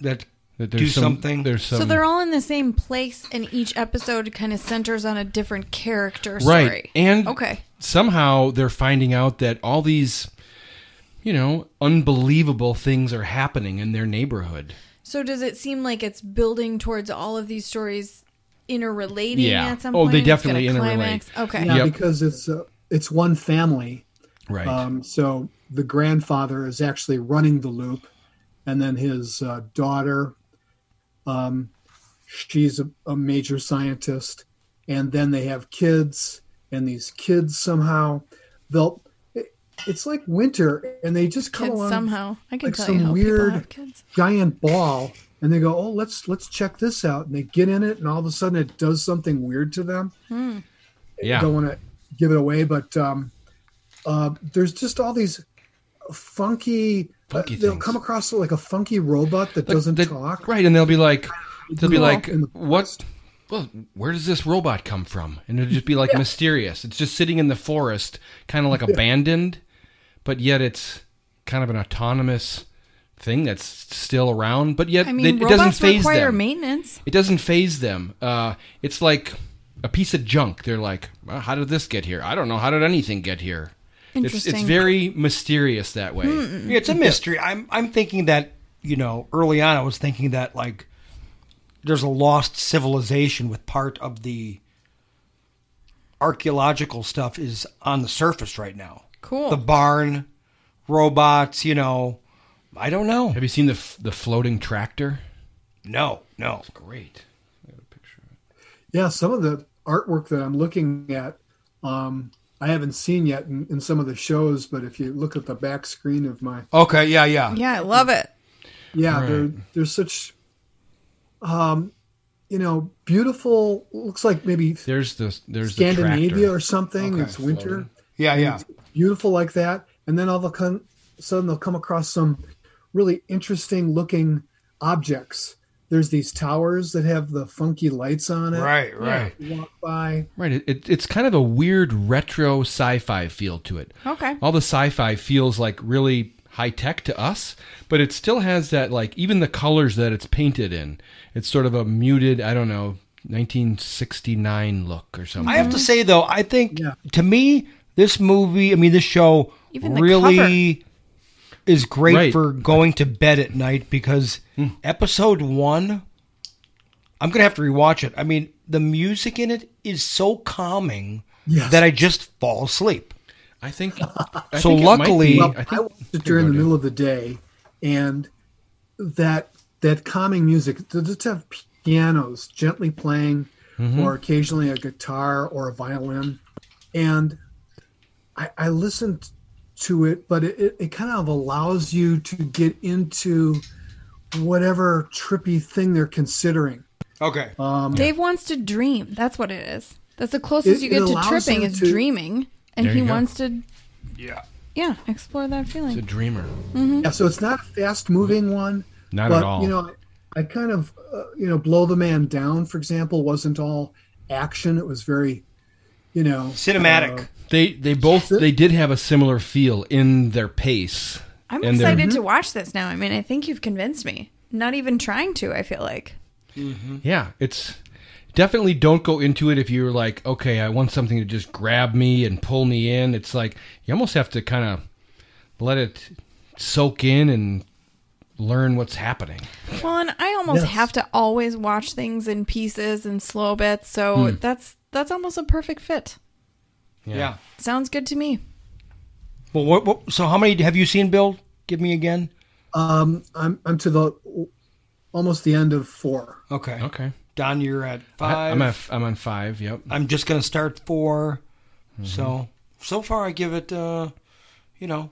S3: that,
S1: That there's
S3: do
S1: some-
S3: something.
S1: There's some.
S2: so they're all in the same place, and each episode kind of centers on a different character story.
S1: right and
S2: okay,
S1: somehow they're finding out that all these you know unbelievable things are happening in their neighborhood
S2: so does it seem like it's building towards all of these stories interrelating
S1: Yeah.
S2: at some
S1: Oh,
S2: point?
S1: they
S2: It's got a
S1: definitely interrelate.
S2: climax? Okay,
S12: Yeah, because it's uh, it's one family.
S1: Right.
S12: Um, so the grandfather is actually running the loop, and then his uh, daughter, um, she's a, a major scientist, and then they have kids, and these kids somehow they'll. it- It's like winter, and they just come
S2: Kids
S12: along
S2: somehow. I can
S12: like
S2: tell you
S12: some
S2: how people
S12: weird
S2: have kids.
S12: giant ball, and they go, "Oh, let's let's check this out," and they get in it, and all of a sudden it does something weird to them.
S2: Hmm.
S1: Yeah.
S12: Don't want to give it away, but um, uh, there's just all these funky.
S1: Funky
S12: uh, they'll
S1: things.
S12: come across like a funky robot that
S1: Like,
S12: doesn't
S1: they-
S12: talk.
S1: right and they'll be like they'll be
S12: Cool.
S1: like
S12: In the
S1: what well where does this robot come from and it'll just be like
S12: Yeah.
S1: mysterious it's just sitting in the forest kind of like
S12: Yeah.
S1: abandoned but yet it's kind of an autonomous thing that's still around but yet
S2: I mean,
S1: they- it doesn't
S2: robots
S1: phase
S2: require
S1: them
S2: maintenance.
S1: It doesn't phase them. Uh, it's like a piece of junk. They're like, well, how did this get here? I don't know. How did anything get here? It's, it's
S3: Interesting.
S1: very mysterious that way.
S2: Hmm.
S3: Yeah, it's a mystery. I'm I'm thinking that you know early on I was thinking that like there's a lost civilization with part of the archaeological stuff is on the surface right now.
S2: Cool.
S3: The barn, robots. You know, I don't know.
S1: Have you seen the f- the floating tractor?
S3: No, no. It's
S1: great.
S12: Yeah, some of the artwork that I'm looking at, um, I haven't seen yet in, in some of the shows. But if you look at the back screen of my
S1: Oh,
S3: Okay. Yeah. Yeah.
S2: Yeah, I love it.
S12: yeah
S3: Right.
S12: they're they're such um you know beautiful looks like maybe
S1: There's the there's the
S12: scandinavia
S1: tractor.
S12: or something
S1: Okay.
S12: it's winter
S3: Yeah,
S12: And
S3: yeah.
S12: it's beautiful like that and then all of a con- sudden they'll come across some really interesting looking objects there's these towers that have the funky lights on it
S3: Right, right.
S12: You walk by
S1: Right. It, it, it's kind of a weird retro sci-fi feel to it.
S2: Okay.
S1: All the sci-fi feels like really high tech to us, but it still has that like even the colors that it's painted in. It's sort of a muted, I don't know, 1969 look or something.
S3: I have to say though, I think to me this movie, I mean this show,
S1: Even the
S3: really is great
S1: Right. Hmm.
S3: for going to bed at night because episode one, I'm gonna have to rewatch it. I mean the music in it is so calming
S12: Yes.
S3: that I just fall asleep.
S1: I think.
S3: I So think it might luckily- be-
S12: Well,
S3: I
S12: I,
S3: think-
S12: watched it during the middle of the day, and that that calming music. They just have pianos gently playing,
S1: Mhm.
S12: or occasionally a guitar or a violin, and I, I listened to it, but it, it, it kind of allows you to get into whatever trippy thing they're considering.
S3: Okay.
S1: Uh,
S12: Um,
S2: Dave wants to dream. That's what it is. That's the closest
S12: It-
S2: you get
S12: it
S2: to
S12: allows
S2: tripping
S12: him
S2: is
S12: to-
S2: dreaming, and
S12: There
S2: he
S12: you go.
S2: wants to,
S3: yeah,
S2: yeah, explore that feeling.
S1: dreamer.
S2: Mhm.
S12: Yeah, so it's not a fast moving one.
S1: Not
S12: but,
S1: at all.
S12: You know, I kind of, uh, you know, Blow the Man Down, for example, wasn't all action. It was very you know,
S3: Cinematic.
S12: uh,
S1: They they both they did have a similar feel in their pace.
S2: I'm
S1: and their-
S2: excited to
S12: Mm-hmm.
S2: watch this now. I mean, I think you've convinced me. Not even trying to, I feel like.
S1: Yeah, it's definitely don't go into it if you're like, okay, I want something to just grab me and pull me in. It's like you almost have to kind of let it soak in and learn what's happening.
S2: Well, and I almost
S1: Yes.
S2: have to always watch things in pieces and slow bits, so
S1: Hmm.
S2: that's that's almost a perfect fit.
S3: Yeah.
S2: Sounds good to me.
S3: Well, what, what? So how many have you seen, Bill? Give me again.
S12: Um, I'm I'm to the almost the end of four.
S3: Okay.
S1: Okay.
S3: Don, you're at five.
S1: I, I'm at, f- I'm on five. Yep.
S3: I'm just gonna start 4 So so far, I give it. Uh, you know,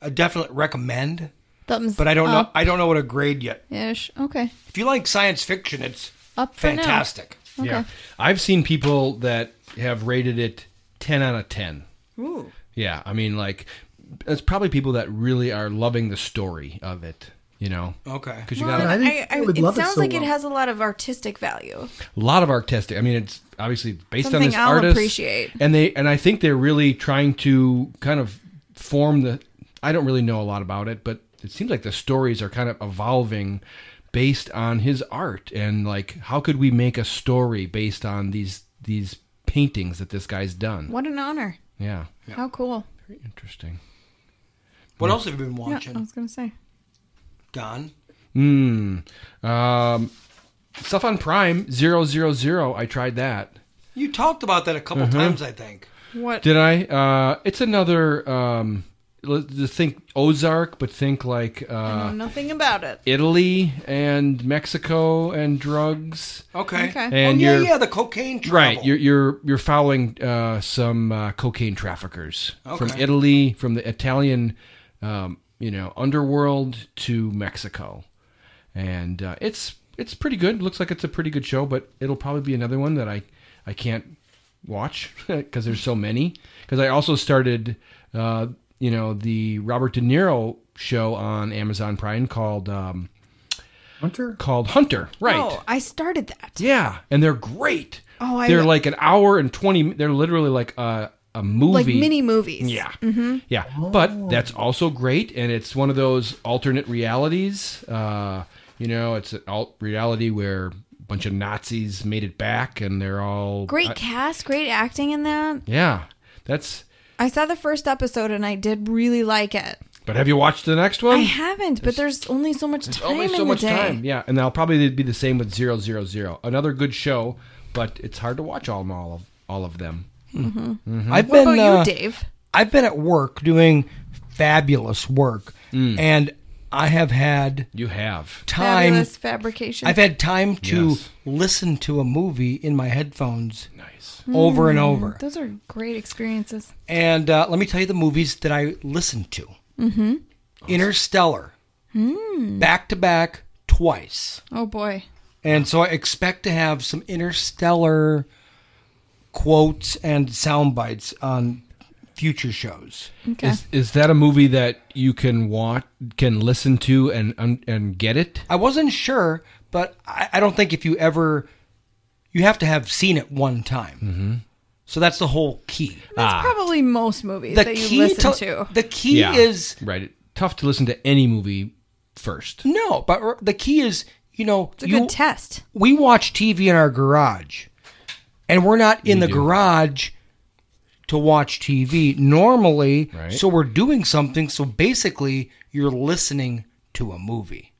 S3: a definite recommend.
S2: Thumbs
S3: but I don't know.
S2: up.
S3: I don't know what a grade yet.
S2: Ish. Okay.
S3: If you like science fiction, it's
S2: Up for now.
S3: fantastic.
S2: Okay.
S1: Yeah. I've seen people that have rated it 10 out of 10.
S2: Ooh.
S1: Yeah, I mean like it's probably people that really are loving the story of it, you know.
S3: Okay.
S1: Cuz you
S2: Well,
S1: got
S2: and I, I,
S12: I would
S2: it
S12: love it
S2: sounds
S12: so
S2: like it
S12: well.
S2: has a lot of artistic value.
S1: a lot of artistic. I mean, it's obviously based
S2: Something
S1: on this
S2: I'll
S1: artist,
S2: appreciate.
S1: and they and I think they're really trying to kind of form the. I don't really know a lot about it, but it seems like the stories are kind of evolving based on his art and like how could we make a story based on these these paintings that this guy's done?
S2: What an honor.
S1: Yeah,
S2: How cool.
S1: interesting.
S3: What else have you been
S2: Yeah,
S3: watching,
S2: I was going to say.
S3: Don?
S1: Mm. Um, stuff on Prime zero zero zero. I tried that.
S3: You talked about that a couple
S1: Uh-huh.
S3: times, I think.
S2: What?
S1: Did I? Uh, it's another. Um, l- just think Ozark, but think like
S2: I know
S1: uh,
S2: nothing about it.
S1: Italy and Mexico and drugs.
S3: Okay.
S2: Okay.
S1: And
S3: oh, yeah,
S1: you're-
S3: yeah, the cocaine travel.
S1: Right, you're you're you're following uh, some uh, cocaine traffickers from
S3: Okay.
S1: Italy, from the Italian, um, you know, underworld to Mexico, and uh, it's it's pretty good. Looks like it's a pretty good show, but it'll probably be another one that I I can't watch because there's so many. Because I also started, uh, you know, the Robert De Niro show on Amazon Prime called um,
S12: Hunter.
S1: Called Hunter, right?
S2: Oh, I started that.
S1: Yeah, and they're great.
S2: Oh, I
S1: they're like an hour and twenty. They're literally like a a movie,
S2: like mini movies.
S1: Yeah,
S2: Mhm.
S1: yeah. But that's also great, and it's one of those alternate realities. Uh, you know, it's an alt reality where a bunch of Nazis made it back, and they're all
S2: Great
S1: I-
S2: cast, great acting in that.
S1: yeah, that's.
S2: I saw the first episode and I did really like it.
S1: But have you watched the next one?
S2: I haven't, but there's only so much time
S1: Um, Only
S2: in
S1: so
S2: the
S1: much
S2: day.
S1: time. Yeah, and that'll probably be the same with zero zero zero. Another good show, but it's hard to watch all, all of all of them.
S2: hmm
S1: Mhm.
S3: I've
S2: What about
S3: been,
S2: you,
S3: uh,
S2: Dave?
S3: I've been at work doing fabulous work, and I have had
S1: you have
S3: time.
S2: Fabulous fabrication.
S3: I've had time to
S1: Yes.
S3: listen to a movie in my headphones,
S1: nice
S3: over and
S2: Mm,
S3: over.
S2: Those are great experiences.
S3: And uh, let me tell you the movies that I listened to:
S2: Mm-hmm.
S3: Interstellar,
S2: Mm.
S3: back to back twice.
S2: Oh boy.
S3: And so I expect to have some interstellar quotes and sound bites on future shows.
S2: Okay.
S1: Is is that a movie that you can watch, can listen to, and and, and get it?
S3: I wasn't sure, but I, I don't think if you ever, you have to have seen it one time. Mm-hmm. So that's the whole key.
S2: That's
S1: ah.
S2: probably most movies
S3: The
S2: that
S3: key
S2: you listen
S3: to-
S2: to.
S3: The key is
S1: right. It- Tough to listen to any movie first.
S3: no, but r- the key is you know
S2: It's a
S3: you,
S2: good test.
S3: we watch TV in our garage, and we're not in
S1: You
S3: the
S1: do.
S3: garage to watch TV normally.
S1: Right.
S3: So we're doing something. So basically, you're listening to a movie.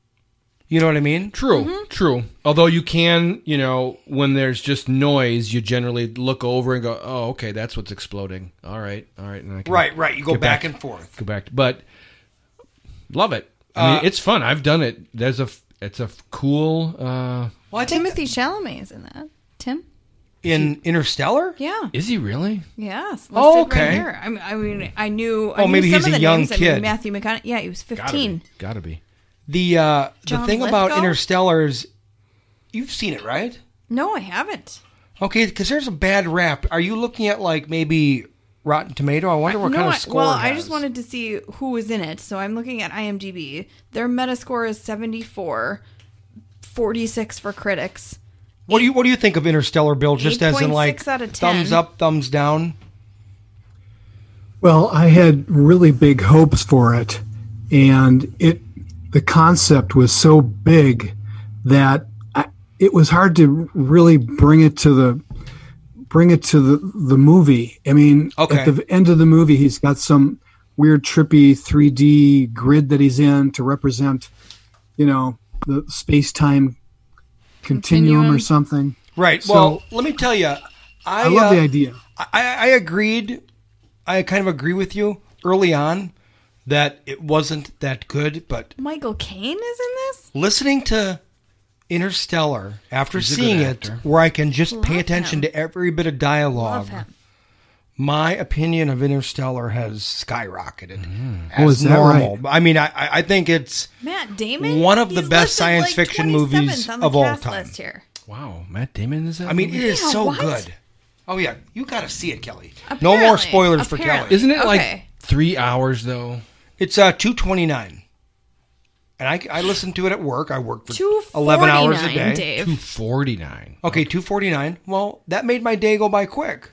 S3: You know what I mean?
S1: True,
S2: Mm-hmm.
S1: Mm-hmm. true. Although you can, you know, when there's just noise, you generally look over and go, "Oh, okay, that's what's exploding." All right, all right, and I can
S3: Right, right. You go
S1: get
S3: back and forth.
S1: go back. But love it. I
S3: Uh,
S1: mean, it's fun. I've done it. There's a, f- it's a f- cool. Uh,
S3: Well, I think
S2: Timothy Chalamet is in that. Tim?
S3: in Interstellar.
S2: Yeah.
S1: is he really?
S2: Yes.
S3: Oh,
S2: listed right
S3: okay.
S2: here. I mean, I mean, I knew. I
S3: Oh,
S2: knew
S3: maybe
S2: some
S3: he's
S2: of
S3: a
S2: the
S3: young
S2: names. I
S3: kid.
S2: mean, Matthew McConaughey. Yeah, he was
S1: Gotta be.
S2: fifteen.
S1: Gotta be.
S3: The uh, the
S2: John
S3: thing about
S2: Lithgow?
S3: Interstellar is you've seen it, right?
S2: No, I haven't.
S3: Okay, because there's a bad rap. Are you looking at like maybe Rotten Tomato? I wonder what
S2: no,
S3: kind
S2: I-
S3: of score.
S2: well,
S3: it
S2: I
S3: has.
S2: just wanted to see who was in it, so I'm looking at IMDb. Their Metascore is 74, 46 for critics,
S3: What do you What do you think of Interstellar, Bill? Just as in like
S2: 8.6 out of 10.
S3: thumbs up, thumbs down.
S12: Well, I had really big hopes for it, and it the concept was so big that I, it was hard to really bring it to the bring it to the the movie. I mean,
S3: Okay.
S12: at the end of the movie, he's got some weird trippy 3D grid that he's in to represent, you know, the space time continuum or something.
S3: Right.
S12: So-
S3: well, let me tell you, I,
S12: I, love the
S3: uh,
S12: idea.
S3: I, I agreed. I kind of agree with you early on that it wasn't that good, but
S2: Michael Caine is in this?
S3: listening to Interstellar after
S1: He's a good
S3: seeing it,
S1: actor.
S3: where I can just pay attention to every bit of dialogue, my opinion of Interstellar has skyrocketed. As
S1: Mm.
S12: Oh, is that
S3: normal. I mean, I, I I think it's
S2: Matt Damon?
S3: one of the
S2: He's
S3: best
S2: listed,
S3: science
S2: like,
S3: fiction movies
S2: 27th on the
S3: of all
S2: cast
S3: time.
S2: list here.
S1: Wow, Matt Damon is that?
S3: I mean,
S1: movie?
S3: it is
S2: Yeah,
S3: so
S2: what?
S3: good. Oh yeah, you got to see it, Kelly. no more spoilers for Kelly.
S1: Isn't it like three hours though?
S3: It's uh two twenty nine. And I, I listened to it at work. I work for eleven hours a day.
S1: Two forty nine.
S3: Okay, two forty nine. Well, that made my day go by quick.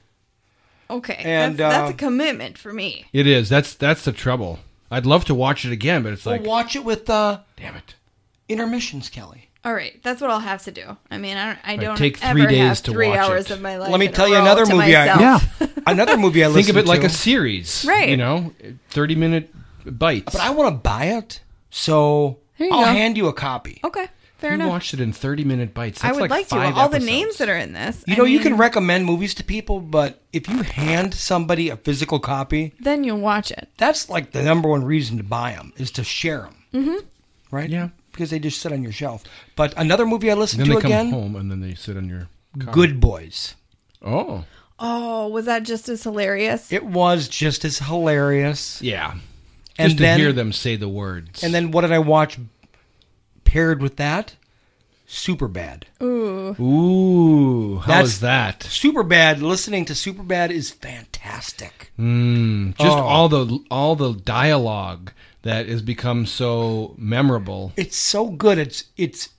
S2: Okay.
S3: And,
S2: that's,
S3: uh,
S2: that's a commitment for me.
S1: It is. That's that's the trouble. I'd love to watch it again, but it's like
S3: we'll watch it with uh
S1: damn it
S3: intermissions, Kelly.
S2: All right, that's what I'll have to do. I mean, I don't. I
S1: Right,
S2: don't
S1: take
S2: ever
S1: three
S2: have
S1: days to
S2: three
S1: watch
S2: hours
S1: it.
S2: of my life.
S3: Let me
S2: in a
S3: tell you
S2: row
S3: another
S2: to
S3: movie.
S2: myself.
S3: I, another movie I
S1: think of
S3: listened
S1: it like
S3: to.
S1: a series,
S2: Right.
S1: You know, thirty minute bites.
S3: But I want to buy it, so
S2: There you
S3: I'll
S2: go.
S3: hand you a copy.
S2: Okay, fair
S1: you
S2: enough.
S1: watched it in thirty minute bites.
S2: I
S1: That's
S2: would like, to. All
S1: five
S2: the
S1: episodes.
S2: names that are in this.
S3: You
S2: I
S3: know, you
S2: mean,
S3: can recommend movies to people, but if you hand somebody a physical copy,
S2: then you'll watch it.
S3: that's like the number one reason to buy them is to share them.
S2: Mm-hmm.
S3: right? Yeah, because they just sit on your shelf. But another movie I listened
S1: Then
S3: to
S1: they come
S3: again,
S1: home and then they sit on your car.
S3: Good Boys.
S1: Oh,
S2: Oh, was that just as hilarious?
S3: It was just as hilarious.
S1: Yeah, just
S3: and
S1: to
S3: then
S1: hear them say the words.
S3: and then what did I watch paired with that? Super bad.
S2: Ooh.
S1: ooh, how is that?
S3: Super bad. Listening to Super bad is fantastic.
S1: Mm, just
S3: Oh.
S1: all the all the dialogue that has become so memorable.
S3: It's so good. It's it's.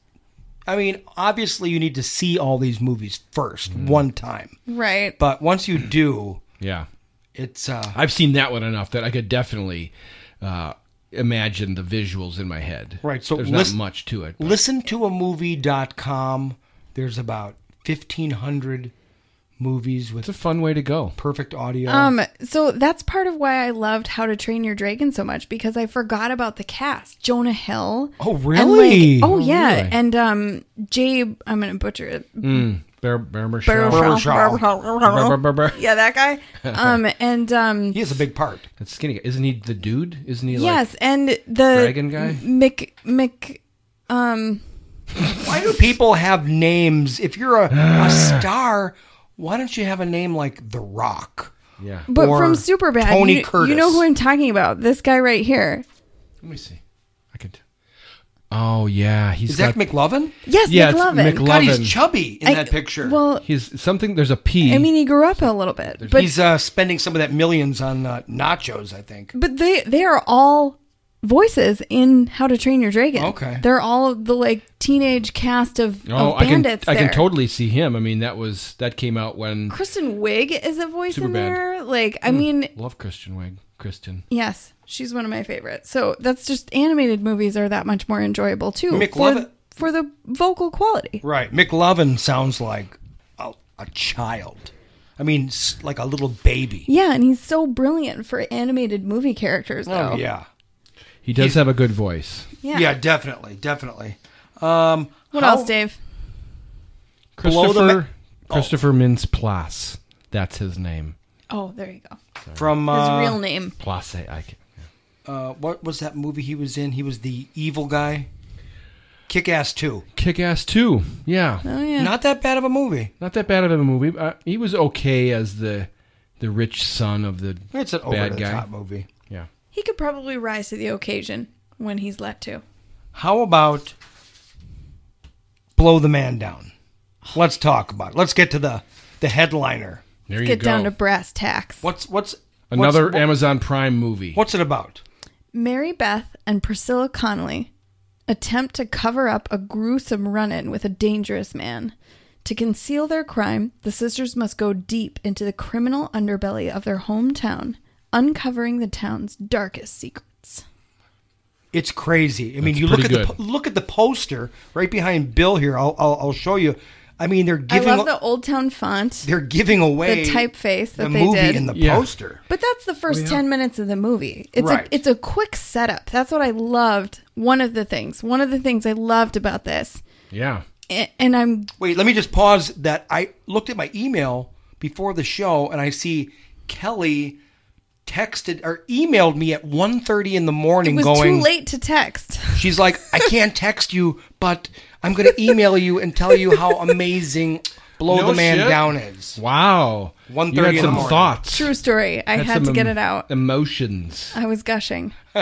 S3: I mean, obviously, you need to see all these movies first one time,
S2: Right.
S3: but once you do,
S1: Yeah,
S3: it's uh,
S1: I've seen that one enough that I could definitely uh, imagine the visuals in my head.
S3: Right, so
S1: there's
S3: listen-
S1: not much to it.
S3: Listen to a movie.com. There's about 1,500 movies with
S1: It's a fun way to go.
S3: perfect audio.
S2: Um, so that's part of why I loved How to Train Your Dragon so much because I forgot about the cast. Jonah Hill.
S3: oh,
S2: And,
S3: really?
S2: like, oh, yeah.
S1: really?
S2: And um, Jabe, I'm going to butcher it.
S1: Mm, Bear, Bear Michelle.
S2: Baruchel.
S3: Baruchel.
S1: Brr, brr,
S2: Baruchel.
S1: brr, brr.
S2: Yeah, that guy. Um, and um,
S3: He has a big part.
S1: That's skinny. guy. Isn't he the dude? Isn't he
S2: yes,
S1: like
S2: and the
S1: dragon guy?
S2: Mick Mick. Um,
S3: Why do people have names? If you're a, a star, why don't you have a name like The Rock?
S1: Yeah.
S2: but
S3: Or
S2: from Superbad,
S3: Tony
S2: you,
S3: Curtis.
S2: you know who I'm talking about? This guy right here.
S1: Let me see. I can. T- oh yeah, he's
S3: Is that
S1: got.
S3: McLovin?
S2: Yes,
S1: Yeah, it's
S2: McLovin.
S1: McLo-
S3: God, he's
S1: McLovin.
S3: chubby in
S2: I-
S3: that picture.
S2: Well,
S1: He's something. There's a P.
S2: I mean, he grew up a little bit, but
S3: he's uh, spending some of that millions on uh, nachos, I think.
S2: but they they are all voices in How to Train Your Dragon.
S3: Okay.
S2: they're all the like teenage cast of,
S1: oh,
S2: of
S1: I can.
S2: bandits.
S1: I can
S2: there.
S1: totally see him. I mean, that was that came out when
S2: Kristen Wiig is a voice in
S1: Superbad. Hmm.
S2: there. Like, I mean,
S1: love Christian Wig. Kristen.
S2: yes, she's one of my favorites. So that's just animated movies are that much more enjoyable too.
S3: McLovin-
S2: For, for the vocal quality.
S3: Right. McLovin sounds like a, a child. I mean, s- like a little baby.
S2: Yeah, and he's so brilliant for animated movie characters. Though.
S3: Oh, yeah.
S1: He does have a good voice.
S2: yeah.
S3: Yeah, definitely, definitely. Um,
S2: What
S3: how-
S2: else, Dave?
S3: Below the
S1: Christopher
S3: ma- Oh.
S1: Christopher Mintz Plasse. That's his name.
S2: Oh, there you go. His
S3: From uh,
S2: real name.
S1: Plasse. I can.
S3: uh, what was that movie he was in? He was the evil guy. Kick Ass Two.
S1: Kick Ass Two. Yeah.
S2: Oh yeah.
S3: Not that bad of a movie.
S1: Not that bad of a movie. but, Uh, he was okay as the the rich son of the
S3: It's an over
S1: bad
S3: the
S1: guy.
S3: top movie.
S1: Yeah.
S2: he could probably rise to the occasion when he's let to.
S3: How about blow the man down? Let's talk about it. Let's get to the the headliner.
S1: There you
S2: Get
S1: go.
S2: down to brass tacks.
S3: What's what's
S1: Another
S3: what's,
S1: Amazon Prime movie.
S3: What's it about?
S2: Mary Beth and Priscilla Connolly attempt to cover up a gruesome run in with a dangerous man. To conceal their crime, the sisters must go deep into the criminal underbelly of their hometown, uncovering the town's darkest secrets.
S3: It's crazy. I mean,
S1: That's
S3: you look at
S1: pretty
S3: the po- look at the poster right behind Bill here. I'll I'll, I'll show you. I mean, they're giving
S2: I love the old town font.
S3: they're giving away
S2: the typeface that
S3: the
S2: they
S3: movie
S2: did
S3: in the Yeah. poster.
S2: But that's the first
S3: Oh, yeah.
S2: ten minutes of the movie. It's
S3: Right.
S2: a it's a quick setup. That's what I loved. One of the things. One of the things I loved about this.
S1: Yeah.
S2: A- And I'm
S3: Wait, let me just pause that. I looked at my email before the show and I see Kelly texted or emailed me at 1.30 in the
S2: it
S3: morning
S2: was
S3: going
S2: too late to text.
S3: she's like i can't text you but i'm going to email you and tell you how amazing blow
S1: No
S3: the man
S1: shit.
S3: down is
S1: Wow.
S3: 1:30
S1: You
S3: in
S1: had
S3: the
S1: some
S3: morning.
S1: thoughts.
S2: True story. I had to
S1: some
S2: get
S1: em-
S2: it out. Uh,
S1: Emotions.
S2: I was gushing.
S1: Hmm.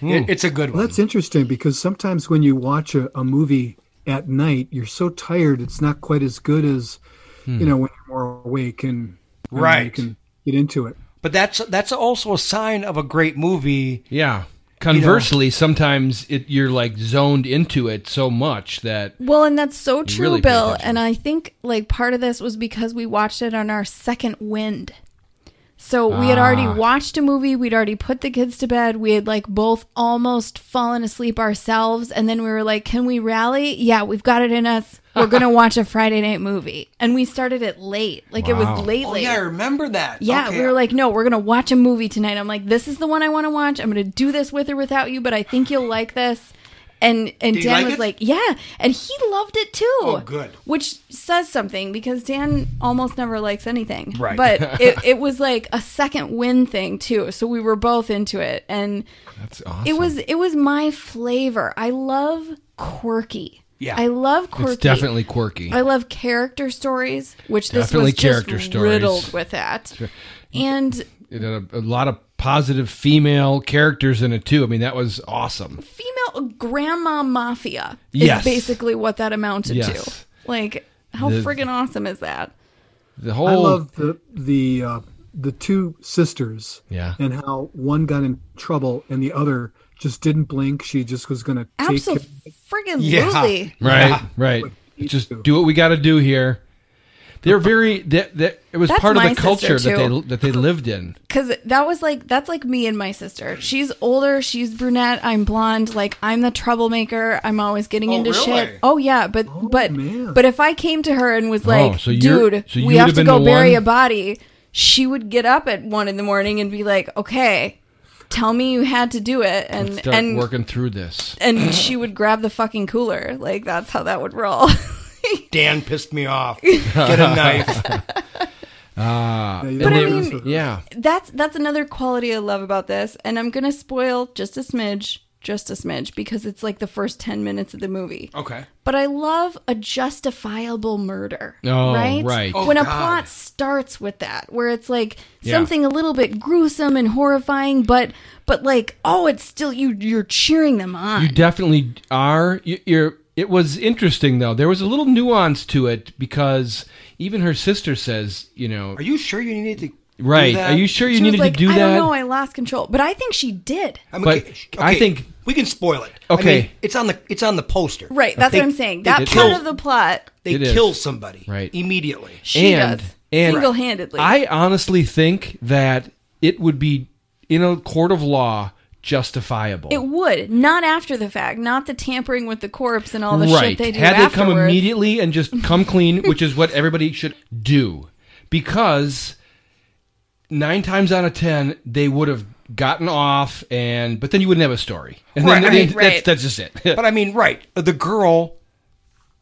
S3: It- it's a good
S12: one. That's interesting because sometimes when you watch a, a movie at night, you're so tired it's not quite as good as you know when you're more awake and and you
S3: Right.
S12: can get into it.
S3: but that's that's also a sign of a great movie
S1: Yeah. Conversely, sometimes it you're like zoned into it so much that
S2: Well, and that's so
S1: You
S2: true,
S1: really pay
S2: Bill. And I think like part of this was because we watched it on our second wind. So we had already
S13: Ah.
S2: watched a movie, we'd already put the kids to bed, we had like both almost fallen asleep ourselves, and then we were like, Can we rally? Yeah, we've got it in us. We're gonna watch a Friday night movie. And we started it late. Like it
S3: Wow.
S2: was late
S3: Oh,
S2: late.
S3: yeah, I remember that.
S2: Yeah,
S3: Okay.
S2: we were like, no, we're gonna watch a movie tonight. I'm like, this is the one I want to watch. I'm gonna do this with or without you, but I think you'll like this. And and
S13: Did you
S2: Dan
S13: like
S2: was
S13: it?
S2: like, yeah, and he loved it too.
S13: Oh, good.
S2: Which says something because Dan almost never likes anything.
S13: Right.
S2: But it, it was like a second win thing too. So we were both into it, and
S1: that's
S2: it was it was my flavor. I love quirky.
S1: Yeah.
S2: I love quirky.
S1: It's definitely quirky.
S2: I love character stories, which
S1: Definitely
S2: this was
S1: character
S2: just
S1: stories.
S2: riddled with that. And
S1: It had a, a lot of positive female characters in it too. I mean, that was awesome.
S2: female grandma mafia is
S1: Yes.
S2: basically what that amounted
S1: Yes.
S2: to. Like, how
S12: The-
S2: friggin' awesome is that?
S1: The
S12: I
S1: whole
S12: love the the uh, the two sisters.
S1: Yeah.
S12: And how one got in trouble and the other just didn't blink. She just was going to take. care
S2: Absolutely,
S12: of it.
S2: friggin'
S12: Yeah.
S2: lutely.
S1: right, right. Just do what we got to do here. They're very that that it was
S2: That's
S1: part of
S2: my
S1: the
S2: sister,
S1: culture that they
S2: too.
S1: that they lived in.
S2: Cause that was like that's like me and my sister. She's older, she's brunette, I'm blonde. Like I'm the troublemaker. I'm always getting
S13: Oh,
S2: into
S13: really?
S2: shit. Oh yeah, but but but if I came to her and was
S13: Oh,
S2: like,
S13: so you're-
S2: dude,
S13: so you
S2: we
S13: would
S2: have
S13: have
S2: to
S13: been
S2: go
S13: the
S2: bury
S13: one-
S2: a body, she would get up at one in the morning and be like, okay, tell me you had to do it,
S1: And
S2: and
S1: start
S2: and
S1: working through this.
S2: and she would grab the fucking cooler. Like that's how that would roll.
S3: dan pissed me off get a knife
S1: Ah,
S3: you
S1: and
S3: don't
S1: they-
S3: have to-
S1: yeah,
S2: that's that's another quality I love about this, and I'm gonna spoil just a smidge, just a smidge, because it's like the first ten minutes of the movie.
S1: Oh.
S3: Okay.
S2: But I love a justifiable murder.
S1: Oh,
S2: right?
S1: right. Oh,
S2: when a
S1: God.
S2: plot starts with that, where it's like
S1: Yeah.
S2: something a little bit gruesome and horrifying, but but like, oh, it's still you. You're cheering them on.
S1: You definitely are. You, you're. It was interesting though. There was a little nuance to it because even her sister says, you know,
S3: are you sure you needed to do
S1: right?
S3: that?
S1: Are you sure you
S2: she
S1: needed
S2: was like,
S1: to do
S2: I don't
S1: that?
S2: know. I lost control, but I think she did.
S3: I'm
S1: But
S3: sh-
S1: I think-
S3: we can spoil it.
S1: Okay.
S3: I mean, it's on the it's on the poster.
S2: Right, that's
S3: They-
S2: what I'm saying.
S3: they
S2: That
S3: kill-
S2: part of the plot,
S3: they
S1: It is.
S3: kill somebody
S1: Right.
S3: immediately.
S2: She does. Single-handedly.
S1: I honestly think that it would be in a court of law justifiable.
S2: it would not after the fact, not the tampering with the corpse and all the
S1: right.
S2: shit they do
S1: Had they
S2: afterwards.
S1: come immediately and just come clean, which is what everybody should do, because nine times out of ten they would have gotten off, and but then you wouldn't have a story, and
S3: Right,
S1: then
S3: I mean,
S1: that's,
S3: right.
S1: that's just it.
S3: but I mean, right? The girl,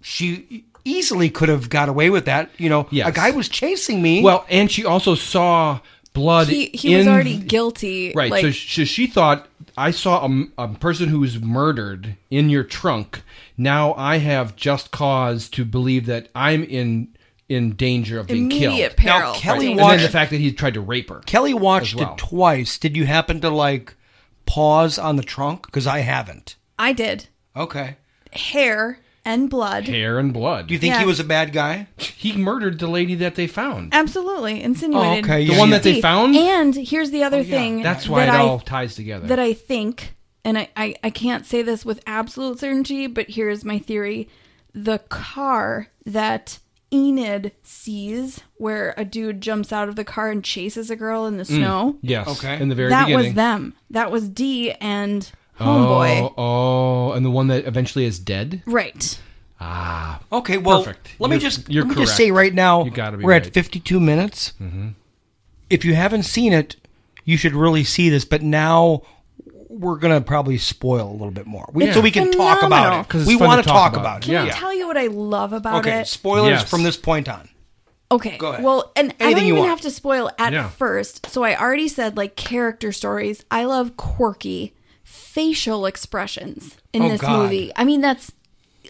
S3: she easily could have got away with that. You know, a guy was chasing me.
S1: Well, and she also saw blood.
S2: he, he was
S1: uh, in-
S2: already guilty.
S1: Right.
S2: Like,
S1: so she, she thought, I saw a, m- a person who was murdered in your trunk. Now I have just cause to believe that I'm in in danger of being killed.
S2: Immediate peril.
S3: Now, Kelly
S1: and
S3: watched-
S1: then the fact that he tried to rape her.
S3: Kelly watched
S1: as well.
S3: it twice. Did you happen to like pause on the trunk? Because I haven't.
S2: I did
S3: Okay.
S2: hair and blood.
S1: Hair and blood. Do
S3: you think he
S2: Yes.
S3: was a bad guy?
S1: He murdered the lady that they found.
S2: Absolutely insinuated.
S1: Oh, okay, The yeah, one yeah. that they
S2: Teeth.
S1: found? Oh,
S2: And here's the other thing.
S1: That's why
S2: that
S1: it
S2: I-
S1: all ties together.
S2: That I think, and I, I, I can't say this with absolute certainty, but here's my theory: the car that Enid sees where a dude jumps out of the car and chases a girl in the snow.
S1: yes, Okay. in the Mm. very
S2: that was
S1: beginning.
S2: them. That was Dee and Homeboy.
S1: Oh, oh, and the one that eventually is dead.
S2: Right.
S1: Ah.
S3: Okay, well,
S1: Perfect.
S3: let me
S1: You're-
S3: just
S1: you're
S3: let me just
S1: correct.
S3: say right now,
S1: You gotta be
S3: we're at
S1: right. Mm-hmm.
S3: 52 minutes. If you haven't seen it, you should really see this. But now we're gonna probably spoil a little bit more, we,
S2: It's
S3: so we can talk
S2: phenomenal.
S3: about
S1: 'Cause
S3: it.
S1: it's
S3: We
S1: fun to
S3: want to
S1: talk
S3: talk
S1: about.
S3: about it.
S2: Can I tell you what I love about
S3: okay,
S2: it?
S3: spoilers
S1: Yes.
S3: from this point on.
S2: Okay.
S3: Go ahead.
S2: Well, and I
S3: Anything
S2: don't
S3: you
S2: even
S3: want.
S2: have to spoil at
S3: Yeah.
S2: first. So I already said like character stories. I love quirky facial expressions in
S3: Oh,
S2: this
S3: God.
S2: movie. I mean, that's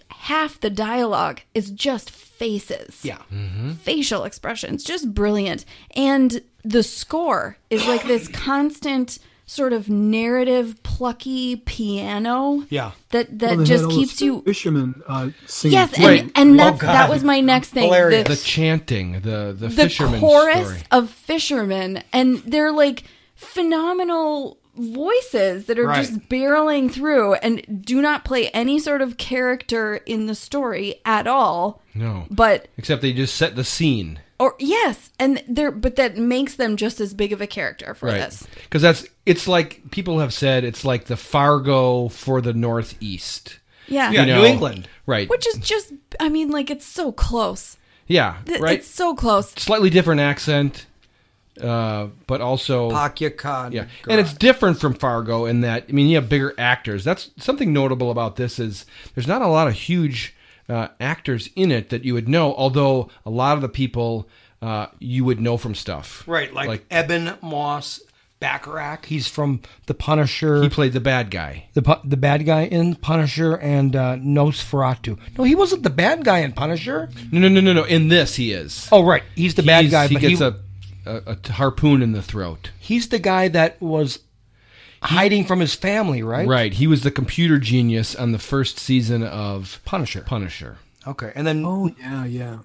S2: half the dialogue is just faces.
S3: Yeah.
S1: Mm-hmm.
S3: Mm-hmm.
S2: Facial expressions, just brilliant. And the score is like this constant sort of narrative plucky piano
S12: Yeah.
S2: that that
S12: Well, they had
S2: just
S12: all those
S2: keeps you
S12: fishermen uh, singing.
S2: Yes, and,
S1: Right.
S2: and
S1: Oh,
S2: that's, that
S1: God.
S2: was my next thing.
S1: Hilarious.
S2: The-
S1: The chanting, the the,
S2: the
S1: fisherman
S2: chorus
S1: story.
S2: of fishermen and they're like phenomenal voices that are
S1: Right.
S2: just barreling through and do not play any sort of character in the story at all
S1: No,
S2: but
S1: except they just set the scene.
S2: or yes and they're but that makes them just as big of a character for this
S1: Because that's it's like people have said it's like the Fargo for the Northeast.
S2: Yeah.
S1: You
S2: Yeah, New
S1: know?
S3: England.
S1: Right.
S2: which is just i mean like it's so close
S1: yeah.
S2: Th-
S1: Right.
S2: it's so close
S1: Slightly different accent, uh, but also
S3: Pakyakan.
S1: Yeah, and it's different from Fargo in that I mean you have bigger actors. That's something notable about this is there's not a lot of huge uh, actors in it that you would know. Although a lot of the people uh, you would know from stuff.
S3: Right, like, Eben Moss Bacharach. He's from The Punisher.
S1: He played the bad guy.
S3: the pu- the bad guy in Punisher and uh, Nosferatu. No, he wasn't the bad guy in Punisher.
S1: No, no, no, no, no. In this, he is.
S3: Oh, right, he's the bad
S1: He's-
S3: guy.
S1: He
S3: but
S1: gets
S3: he,
S1: a, a a harpoon in the throat.
S3: he's the guy that was hiding from his family, right?
S1: Right. He was the computer genius on the first season of
S3: Punisher.
S1: Punisher.
S3: Okay, and then
S12: oh yeah, yeah.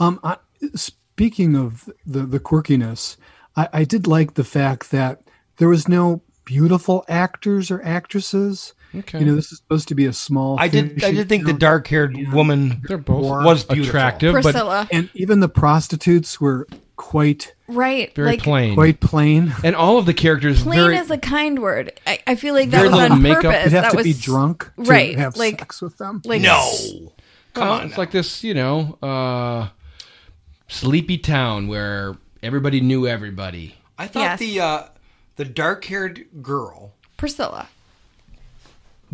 S12: Um, I, speaking of the the quirkiness, I, I did like the fact that there was no beautiful actors or actresses.
S1: Okay.
S12: You know, this is supposed to be a small.
S3: I did. I
S12: finishing
S3: did think the dark haired woman
S12: both
S3: was beautiful.
S1: attractive, but- Priscilla.
S12: and even the prostitutes were quite
S2: right
S1: Very
S2: like
S1: plain.
S12: quite plain.
S1: And all of the characters
S2: plain
S1: very
S2: is a kind word i, I feel like that
S1: Very
S2: was
S1: little
S2: on
S1: makeup.
S2: purpose
S1: You'd have
S2: that
S1: to
S2: was
S1: be drunk to
S2: right
S1: have
S2: like
S12: sex with them
S2: like
S1: Come on, it's like this, you know, uh, sleepy town where everybody knew everybody.
S3: I thought
S2: Yes.
S3: the uh, the dark haired girl
S2: priscilla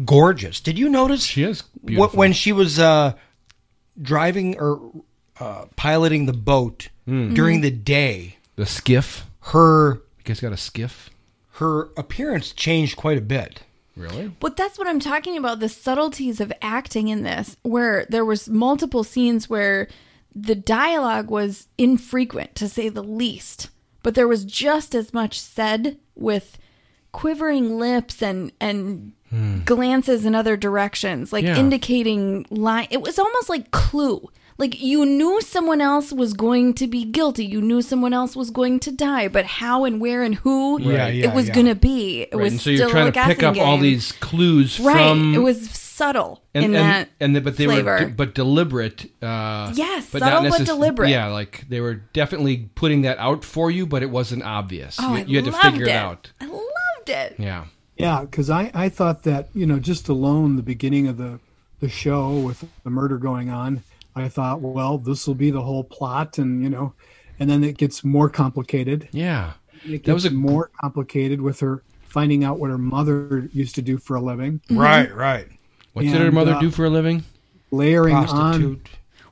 S3: gorgeous. Did you notice she
S1: is
S3: beautiful. when she was uh, driving or uh, piloting the boat
S1: Hmm.
S3: during the day?
S1: The skiff.
S3: Her
S1: You guys got a skiff?
S3: her appearance changed quite a bit.
S1: Really?
S2: But that's what I'm talking about the subtleties of acting in this where there was multiple scenes where the dialogue was infrequent to say the least, but there was just as much said with quivering lips and and
S1: Hmm.
S2: glances in other directions, like
S13: Yeah.
S2: indicating line. It was almost like clue. Like you knew someone else was going to be guilty. You knew someone else was going to die, but how and where and who
S1: Yeah,
S2: it
S1: yeah,
S2: was
S1: yeah.
S2: going to be. It
S1: Right,
S2: was
S1: and so
S2: still
S1: you're trying
S2: a
S1: to pick
S2: guessing
S1: up all
S2: game.
S1: these clues
S2: right.
S1: from
S2: it was subtle
S1: and,
S2: in
S1: and,
S2: that
S1: and the, but they
S2: flavor.
S1: were but deliberate. Uh,
S2: Yes,
S1: but
S2: subtle
S1: not
S2: but
S1: necess-
S2: deliberate.
S1: Yeah, like they were definitely putting that out for you, but it wasn't obvious.
S2: Oh,
S1: you,
S2: I
S1: you had to
S2: loved
S1: figure it.
S2: it.
S1: out.
S2: I loved it.
S1: Yeah,
S12: Yeah, because I, I thought that you know just alone the beginning of the the show with the murder going on, I thought well this will be the whole plot and you know, and then it gets more complicated.
S1: Yeah,
S12: it
S1: That was
S12: was more complicated with her finding out what her mother used to do for a living.
S3: Right, right.
S1: What did her
S12: And,
S1: mother
S12: uh,
S1: do for a living?
S12: Layering on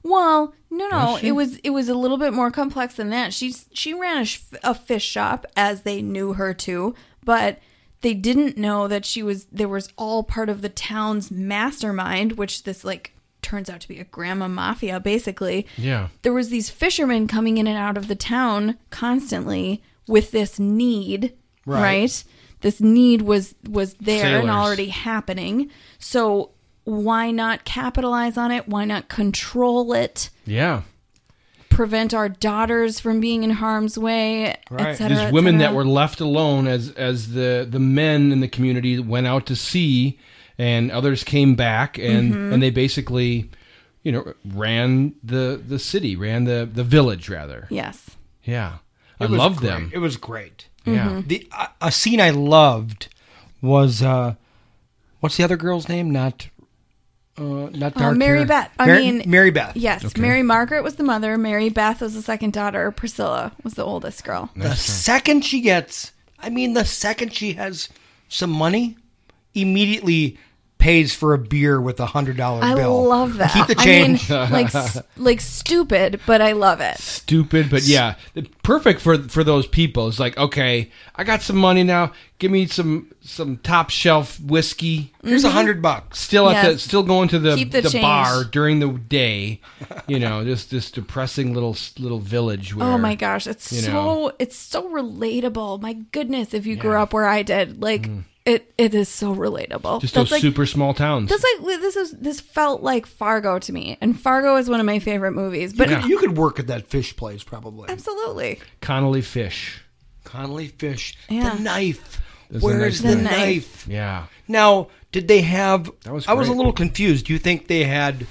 S2: Well, no, no,
S1: Was she?
S2: it was it was a little bit more complex than that. She's she ran a, sh- a fish shop as they knew her to, but they didn't know that she was there was all part of the town's mastermind, which this like turns out to be a grandma mafia basically.
S1: Yeah.
S2: there was these fishermen coming in and out of the town constantly with this need right,
S13: Right.
S2: this need was was there and
S13: Sailors.
S2: already happening so why not capitalize on it why not control it
S1: Yeah,
S2: prevent our daughters from being in harm's way et cetera,
S1: These
S2: et
S1: women that
S2: cetera.
S1: were left alone as as the the men in the community went out to sea, and others came back, and
S2: Mhm.
S1: and they basically you know, ran the the city, ran the the village rather.
S2: Yes.
S1: Yeah,
S3: It
S1: I
S3: was
S1: love
S3: great.
S1: them.
S3: It was Mm-hmm. great.
S1: Yeah. Mhm.
S3: The a, a scene I loved was uh, what's the other girl's name? Not uh, not
S2: Uh,
S3: dark
S2: Mary
S3: hair.
S2: Beth. I
S3: Mar-
S2: mean,
S3: Mary Beth.
S2: Yes, Mary Margaret was the mother. Mary Beth was the second daughter. Priscilla was the oldest girl.
S3: The second she gets, I mean, the second she has some money, immediately pays for a beer with a hundred dollar
S2: I
S3: bill.
S2: love that.
S3: Keep the
S2: I
S3: change.
S2: mean, like s- like stupid, but I love it.
S1: Stupid, but yeah, the- perfect for for those people. It's like, okay, I got some money now. Give me some some top shelf whiskey.
S3: Here's a
S2: Mm-hmm.
S3: hundred bucks.
S1: Still at the
S3: Yes.
S1: still going to the
S3: Keep
S1: the,
S3: the change.
S1: bar during the day. You know, just this depressing little little village. Where,
S2: oh my gosh, it's
S1: you
S2: so
S1: know,
S2: it's so relatable. My goodness, if you grew up where I did, like it it is so relatable.
S1: Mm. just
S2: That's
S1: those
S2: like-
S1: super small towns.
S2: That's like this is this felt like Fargo to me, and Fargo is one of my favorite movies. But
S3: you, could, you could work at that fish place probably.
S2: absolutely,
S1: Connolly Fish.
S3: Connolly Fish.
S2: Yeah.
S3: The knife.
S1: That's a
S3: Where's
S1: nice
S3: the
S1: name.
S3: knife?
S1: Yeah.
S3: Now, did they have?
S1: was
S3: I was a
S1: great.
S3: little confused. Do you think they had?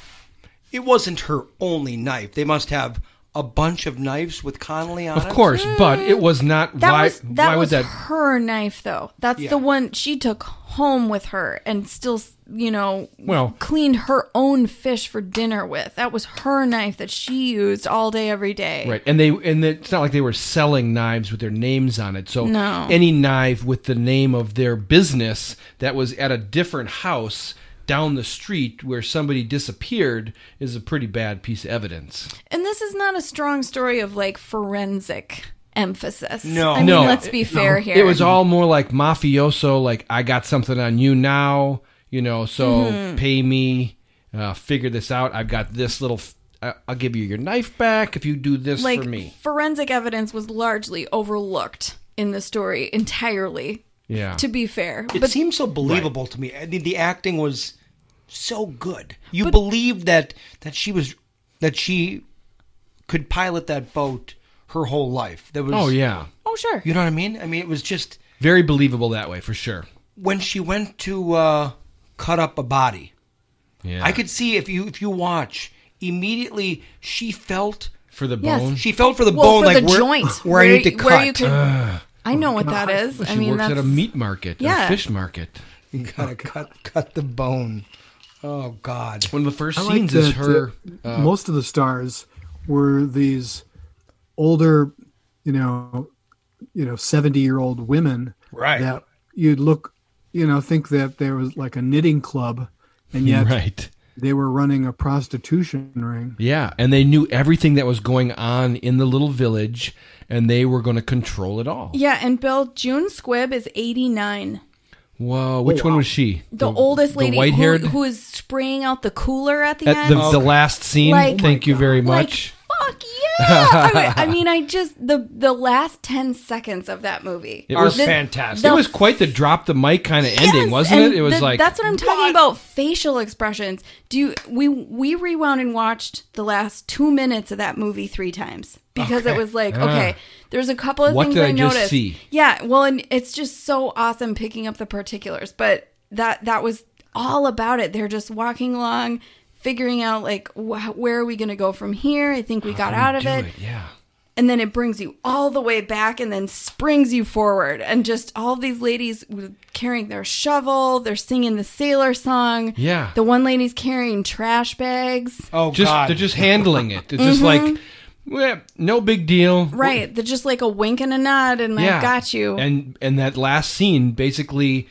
S3: It wasn't her only knife. They must have a bunch of knives with Connolly on
S1: Of
S3: it.
S1: course, but it was not.
S2: that
S1: why?
S2: was that
S1: why
S2: was
S1: would that?
S2: her knife though. That's
S1: Yeah.
S2: the one she took home with her, and still you know
S1: Well-
S2: cleaned her own fish for dinner with. That was her knife that she used all day every day.
S1: Right, and they and it's not like they were selling knives with their names on it. So
S2: No.
S1: any knife with the name of their business that was at a different house down the street where somebody disappeared is a pretty bad piece of evidence.
S2: And this is not a strong story of like forensic emphasis.
S1: No,
S2: I mean,
S1: no.
S2: Let's be
S1: No.
S2: fair here.
S1: It was all more like mafioso, like I got something on you now, you know, so
S2: Mhm.
S1: pay me, uh, figure this out. I've got this little. F- I- I'll give you your knife back if you do this
S2: like
S1: for me.
S2: forensic evidence was largely overlooked in the story entirely.
S1: Yeah.
S2: To be fair,
S3: It
S2: but
S3: seems so believable to me. I mean, the acting was so good. You believed that that she was that she could pilot that boat her whole life. There was
S1: Oh, yeah.
S2: Oh sure.
S3: You know what I mean? I mean, it was just
S1: Very believable that way for sure.
S3: when she went to uh, cut up a body.
S1: Yeah.
S3: I could see if you if you watch immediately she felt
S1: for the
S2: Yes. bone?
S3: She felt for the
S2: Well,
S3: bone
S2: for
S3: like
S2: the
S3: where,
S2: joint,
S3: where, I
S2: where
S3: need to
S2: you-
S3: cut.
S2: where you could- Ugh. I know what that is.
S1: She
S2: I mean,
S1: works at a
S2: that's-
S1: meat market,
S2: Yeah.
S1: a fish market.
S3: You gotta cut cut the bone. Oh God!
S1: One of the first
S12: I like
S1: scenes is
S12: that,
S1: her.
S12: uh,
S1: Uh,
S12: most of the stars were these older, you know, you know, seventy-year-old women.
S3: Right.
S12: That you'd look, you know, think that there was like a knitting club, and yet
S1: Right.
S12: they were running a prostitution ring.
S1: yeah, and they knew everything that was going on in the little village, and they were going to control it all.
S2: yeah, and Bill June Squibb is eighty nine.
S1: Whoa, which one was she?
S2: Oh, the, oldest lady
S1: the white
S2: who,
S1: haired.
S2: who is spraying out the cooler at the
S1: At
S2: end.
S1: the,
S3: Oh.
S1: the last scene.
S2: Like-
S1: Thank you very
S2: Like,
S1: much.
S2: fuck yeah! I, mean, I mean, I just the the last ten seconds of that movie
S1: it was
S2: The-
S1: fantastic.
S2: the
S1: it was quite the drop the mic kind of
S2: Yes,
S1: ending, wasn't it?
S2: and
S1: It was
S2: the-
S1: like
S2: that's what I'm talking about. Facial expressions. Do you, we we rewound and watched the last two minutes of that movie three times because it
S1: Okay.
S2: was like,
S1: Ah.
S2: okay, there's a couple of
S1: What
S2: things
S1: did
S2: I,
S1: I just
S2: noticed.
S1: see?
S2: Yeah, well, and it's just so awesome picking up the particulars, but that that was all about it. They're just walking along, figuring out like wh- where are we going to go from here. I think we got out of
S1: do
S2: it.
S1: it. Yeah.
S2: And then it brings you all the way back and then springs you forward. And just all these ladies with- carrying their shovel, they're singing the sailor song.
S1: Yeah.
S2: The one lady's carrying trash bags.
S3: Oh
S1: just,
S3: God!
S1: They're just handling it. It's just
S2: Mhm.
S1: like, well, no big deal.
S2: Right. They're just like a wink and a nod, and I've got you.
S1: And and that last scene basically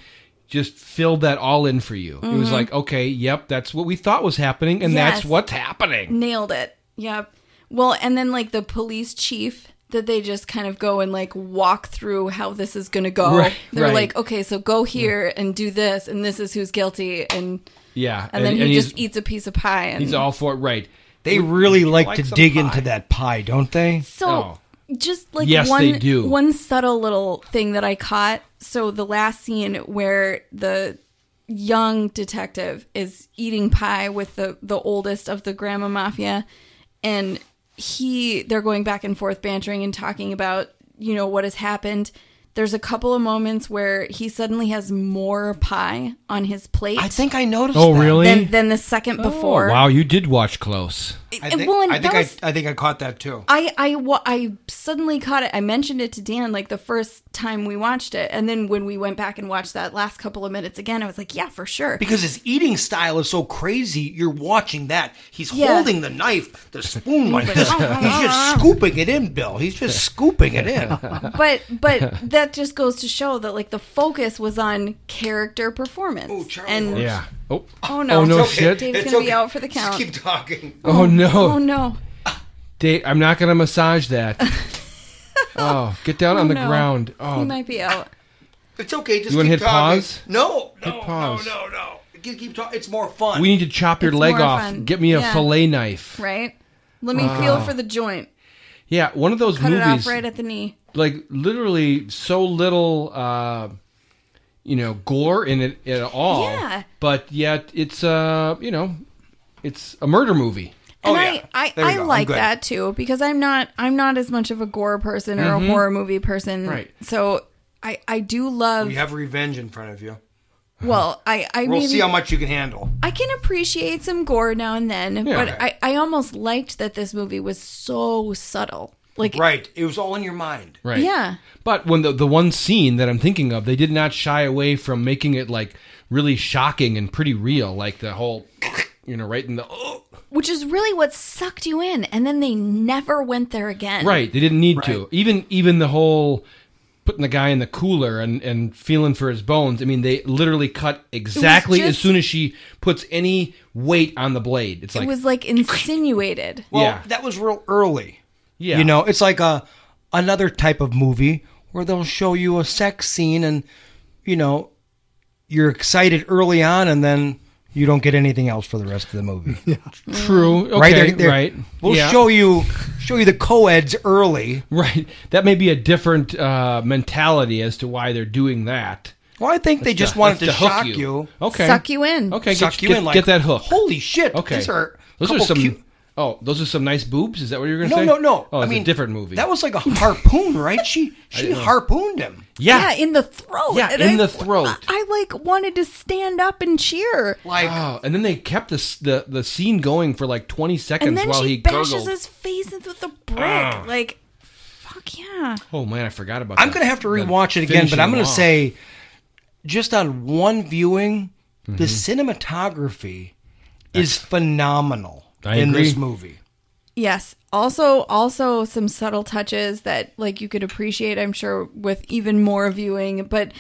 S1: just filled that all in for you. It was
S2: Mhm.
S1: like, okay, yep, that's what we thought was happening, and
S2: Yes.
S1: that's what's happening.
S2: Nailed it. Yep. Well, and then like the police chief that they just kind of go and like walk through how this is going to go.
S1: Right,
S2: They're
S1: right.
S2: like, okay, so go here and do this, and this is who's guilty. And
S1: Yeah,
S2: and, then he
S1: he's-
S2: just eats a piece of pie. And
S1: he's all for it. Right?
S3: They
S1: Would
S3: really
S1: you
S3: like, to
S1: some
S3: dig
S1: pie? Oh.
S3: into that pie, don't they?
S2: So just like
S3: Oh. Yes,
S2: one
S3: they do.
S2: one subtle little thing that I caught. So the last scene where the young detective is eating pie with the the oldest of the grandma mafia and he they're going back and forth bantering and talking about, you know, what has happened. There's a couple of moments where he suddenly has more pie on his plate. I think
S3: I Oh, noticed.
S1: Oh, that. really? Oh.
S2: Than, than the second before.
S1: wow, you did watch close.
S3: I
S2: And-
S3: think,
S2: well, and
S3: I, think
S2: that was-
S3: I, I think I caught that too.
S2: I I wa- I suddenly caught it. I mentioned it to Dan like the first time we watched it, and then when we went back and watched that last couple of minutes again, I was like, yeah, for sure.
S3: Because his eating style is so crazy, you're watching that. He's
S2: Yeah. Uh-huh.
S3: holding the knife, the spoon like
S2: He's
S3: this.
S2: like,
S3: He's just scooping it in, Bill. He's just scooping it in.
S1: Oh,
S2: but but that just goes to show that like the focus was on character performance. Oh, Charlie and
S1: Yeah. Oh.
S2: Oh no!
S1: Oh no
S2: It's okay.
S1: shit.
S2: Dave's
S3: It's
S2: gonna
S3: okay.
S2: be out for the
S3: Just
S2: count.
S3: keep talking.
S1: Oh, no.
S2: Oh no!
S1: Dave, I'm not gonna massage that. oh, get down
S2: Oh,
S1: on the
S2: no.
S1: ground. Oh,
S2: He might be out.
S3: It's okay. Just
S1: You wanna
S3: keep
S1: hit
S3: talking.
S1: pause?
S3: No, no,
S1: Hit pause.
S3: no, no, no. Keep, keep talking. It's more fun.
S1: we need to chop your
S2: It's
S1: leg
S2: more
S1: off.
S2: fun.
S1: Get me a
S2: Yeah.
S1: fillet knife.
S2: Right? Let me
S1: Wow.
S2: feel for the joint.
S1: Yeah, one of those
S2: Cut
S1: movies.
S2: it off right at the knee.
S1: like literally so little uh you know gore in it at all
S2: Yeah.
S1: but yet it's uh you know it's a murder movie
S2: And I,
S1: Oh, There you
S2: I, I
S1: go. I'm
S2: like
S1: good.
S2: that too because I'm not I'm not as much of a gore person or
S1: Mm-hmm.
S3: Mhm.
S2: a horror movie person.
S3: Right.
S2: So I I do love.
S3: We have revenge in front of you.
S2: well, I I
S3: we'll
S2: mean,
S3: see how much you can handle.
S2: I can appreciate some gore now and then,
S3: Yeah.
S2: but I I almost liked that this movie was so subtle. Like
S3: right, it was all in your mind.
S1: right
S2: Yeah.
S1: but when the the one scene that i'm thinking of they did not shy away from making it like really shocking and pretty real like the whole you know right in the oh,
S2: Which is really what sucked you in, and then they never went there again.
S1: right they didn't need to even even the whole putting the guy in the cooler and and feeling for his bones i mean they literally cut exactly as
S2: just-
S1: soon as she puts any weight on the blade it's
S2: it
S1: like
S2: was like insinuated.
S1: Well, Yeah.
S3: That was real early.
S1: Yeah.
S3: You know, it's like a another type of movie where they'll show you a sex scene and you know, you're excited early on and then you don't get anything else for the rest of the movie. Yeah.
S1: True. Mm-hmm. Okay,
S3: right
S1: right.
S3: there, We'll
S1: Yeah.
S3: show you show you the co-eds early.
S1: Right. That may be a different uh, mentality as to why they're doing that.
S3: Well, I think they
S1: That's
S3: just
S1: to-
S3: wanted to,
S1: that's hook
S3: shock you.
S1: Okay.
S2: Suck you in.
S1: Okay.
S3: Suck
S1: get,
S3: you
S1: get-
S3: in, like,
S1: get that hook.
S3: Holy shit.
S1: Okay.
S3: These are a
S1: those are
S3: couple
S1: some.
S3: cute-
S1: Oh, those are some nice boobs. Is that what you're going to
S3: No,
S1: say?
S3: no, no.
S1: Oh,
S3: I
S1: it's
S3: mean,
S1: a different movie.
S3: That was like a harpoon, right? She she
S1: didn't know.
S3: harpooned him.
S1: yeah.
S2: in the throat.
S1: Yeah,
S2: And
S1: in
S2: I-
S1: the throat.
S2: I like wanted to stand up and cheer.
S3: Like
S1: Wow. And then they kept this, the the scene going for like 20 seconds
S2: and then
S1: while
S2: she
S1: he
S2: bashes
S1: gurgled.
S2: his face into the brick.
S1: Ah.
S2: Like fuck yeah.
S1: oh man, I forgot about.
S3: I'm
S1: that.
S3: going to have to
S1: That
S3: rewatch it again, but
S1: finishing
S3: I'm going
S1: him
S3: to
S1: off.
S3: say, just on one viewing, the
S1: Mm-hmm.
S3: cinematography is phenomenal
S1: I
S3: in this
S1: agree.
S3: movie.
S2: Yes. Also also some subtle touches that like you could appreciate I'm sure with even more viewing, but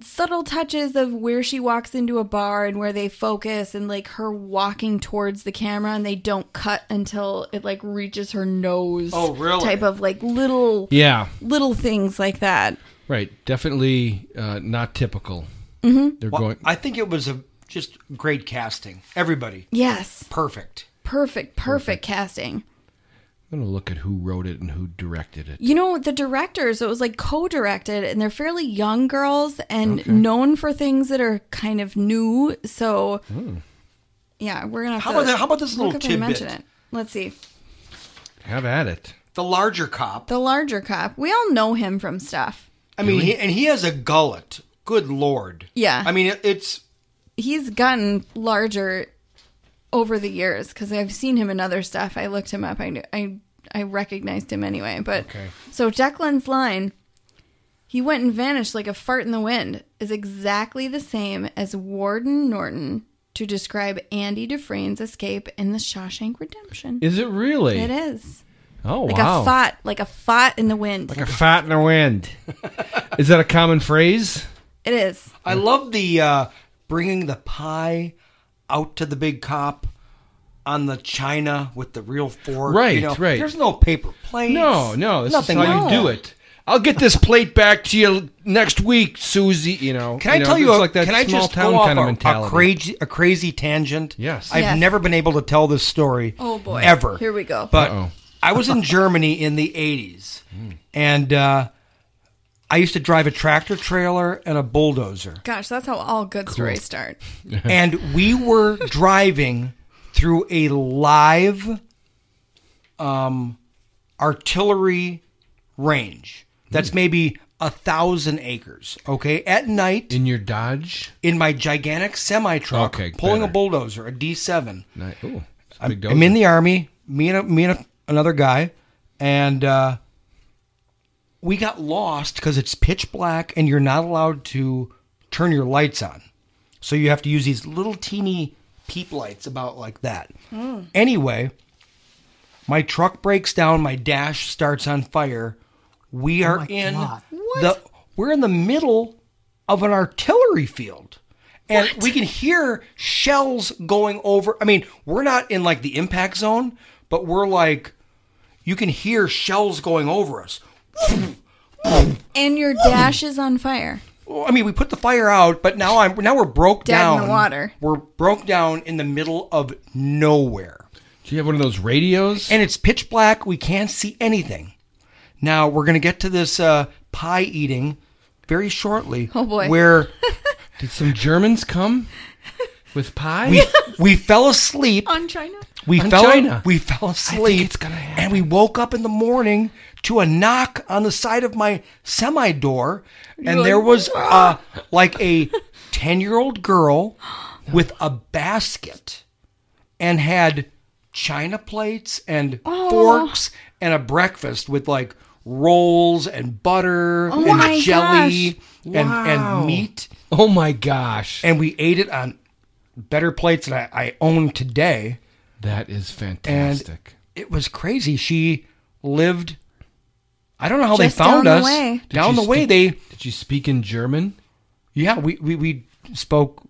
S2: subtle touches of where she walks into a bar and where they focus and like her walking towards the camera and they don't cut until it like reaches her nose.
S1: Oh, really?
S2: Type of like little
S1: Yeah.
S2: little things like that.
S1: Right. Definitely uh, not typical.
S2: Mhm.
S1: They're
S3: Well,
S1: going.
S3: I think it was a just great casting. Everybody.
S2: Yes.
S3: Perfect.
S2: Perfect, perfect, casting.
S1: I'm going to look at who wrote it and who directed it.
S2: You know, the directors, it was like co directed, and they're fairly young girls and known for things that are kind of new. So, yeah, we're going to have
S3: How
S2: to
S3: about that- how about this
S2: look
S3: little
S2: if they mention
S3: tidbit?
S2: it. Let's see.
S1: Have at it.
S3: The larger cop.
S2: The larger cop. We all know him from stuff.
S3: I mean, he, and he has a gullet. Good lord.
S2: Yeah.
S3: I mean, it, it's
S2: He's gotten larger over the years because I've seen him in other stuff. I looked him up. I knew, I I recognized him anyway. But
S1: Okay.
S2: so Declan's line, he went and vanished like a fart in the wind, is exactly the same as Warden Norton to describe Andy Dufresne's escape in The Shawshank Redemption.
S1: Is it really?
S2: It is
S1: Oh
S2: like
S1: wow.
S2: a fart, like a fart in the wind.
S1: Like a fat in the wind. Is that a common phrase?
S2: it is.
S3: I
S1: Mm.
S3: love the uh, bringing the pie out to the big cop on the china with the real fork.
S1: Right,
S3: you know,
S1: right.
S3: There's no paper plates.
S1: No, no. This
S3: nothing
S1: is how
S3: like
S1: you do
S3: that.
S1: it. I'll get this plate back to you next week, Susie. You know.
S3: Can I
S1: know,
S3: tell you?
S1: it's
S3: A,
S1: like that
S3: can I
S1: small
S3: just
S1: town
S3: go off
S1: kind
S3: a,
S1: of mentality?
S3: a crazy, a crazy tangent?
S1: Yes.
S3: I've
S2: Yes.
S3: never been able to tell this story.
S2: Oh, boy.
S3: ever.
S2: Here we go.
S3: But
S2: Uh-oh.
S3: I was in Germany in the '80s,
S1: Mm.
S3: and uh, I used to drive a tractor trailer and a bulldozer.
S2: Gosh, that's how all good stories start.
S3: and we were driving through a live um, artillery range that's maybe a thousand acres. Okay, at night
S1: in your Dodge,
S3: in my gigantic semi truck,
S1: Okay,
S3: pulling
S1: better.
S3: a bulldozer, a D seven.
S1: Nice. Ooh, it's a
S3: I'm,
S1: big
S3: I'm in the army. Me and a, me and a, another guy, and uh, we got lost because it's pitch black and you're not allowed to turn your lights on. So you have to use these little teeny peep lights about like that.
S8: Mm.
S3: Anyway, my truck breaks down. My dash starts on fire. We
S8: Oh
S3: are
S8: my
S3: in
S8: God.
S3: the we're in the middle of an artillery field. And we can hear shells going over. I mean, we're not in like the impact zone, but we're like, you can hear shells going over us.
S2: And your dash is on fire.
S3: Well, I mean, we put the fire out, but now I'm now we're broke
S2: Dead in
S3: down.
S2: the water.
S3: We're broke down in the middle of nowhere.
S1: Do you have one of those radios?
S3: And it's pitch black. We can't see anything. Now we're gonna get to this uh, pie eating very shortly.
S2: Oh, boy.
S3: Where
S1: did some Germans come with pie?
S3: We we fell asleep
S2: on China.
S3: We
S1: On
S3: fell
S1: China.
S3: we fell asleep. and we woke up in the morning to a knock on the side of my semi door and
S8: You're
S3: there
S8: like, "Ah!"
S3: was uh like a 10-year-old girl with a basket and had china plates and
S8: Oh.
S3: forks and a breakfast with like rolls and butter
S8: Oh my
S3: and jelly
S8: gosh.
S3: and
S8: Wow.
S3: and meat.
S1: Oh my gosh.
S3: And we ate it on better plates than I, I own today.
S1: That is fantastic.
S3: And it was crazy. She lived. I don't know how
S1: Just
S3: they found
S1: down the
S3: us.
S1: way. Did
S3: Down
S1: you
S3: the way,
S1: speak-
S3: they.
S1: Did you speak in German?
S3: Yeah, we we, we spoke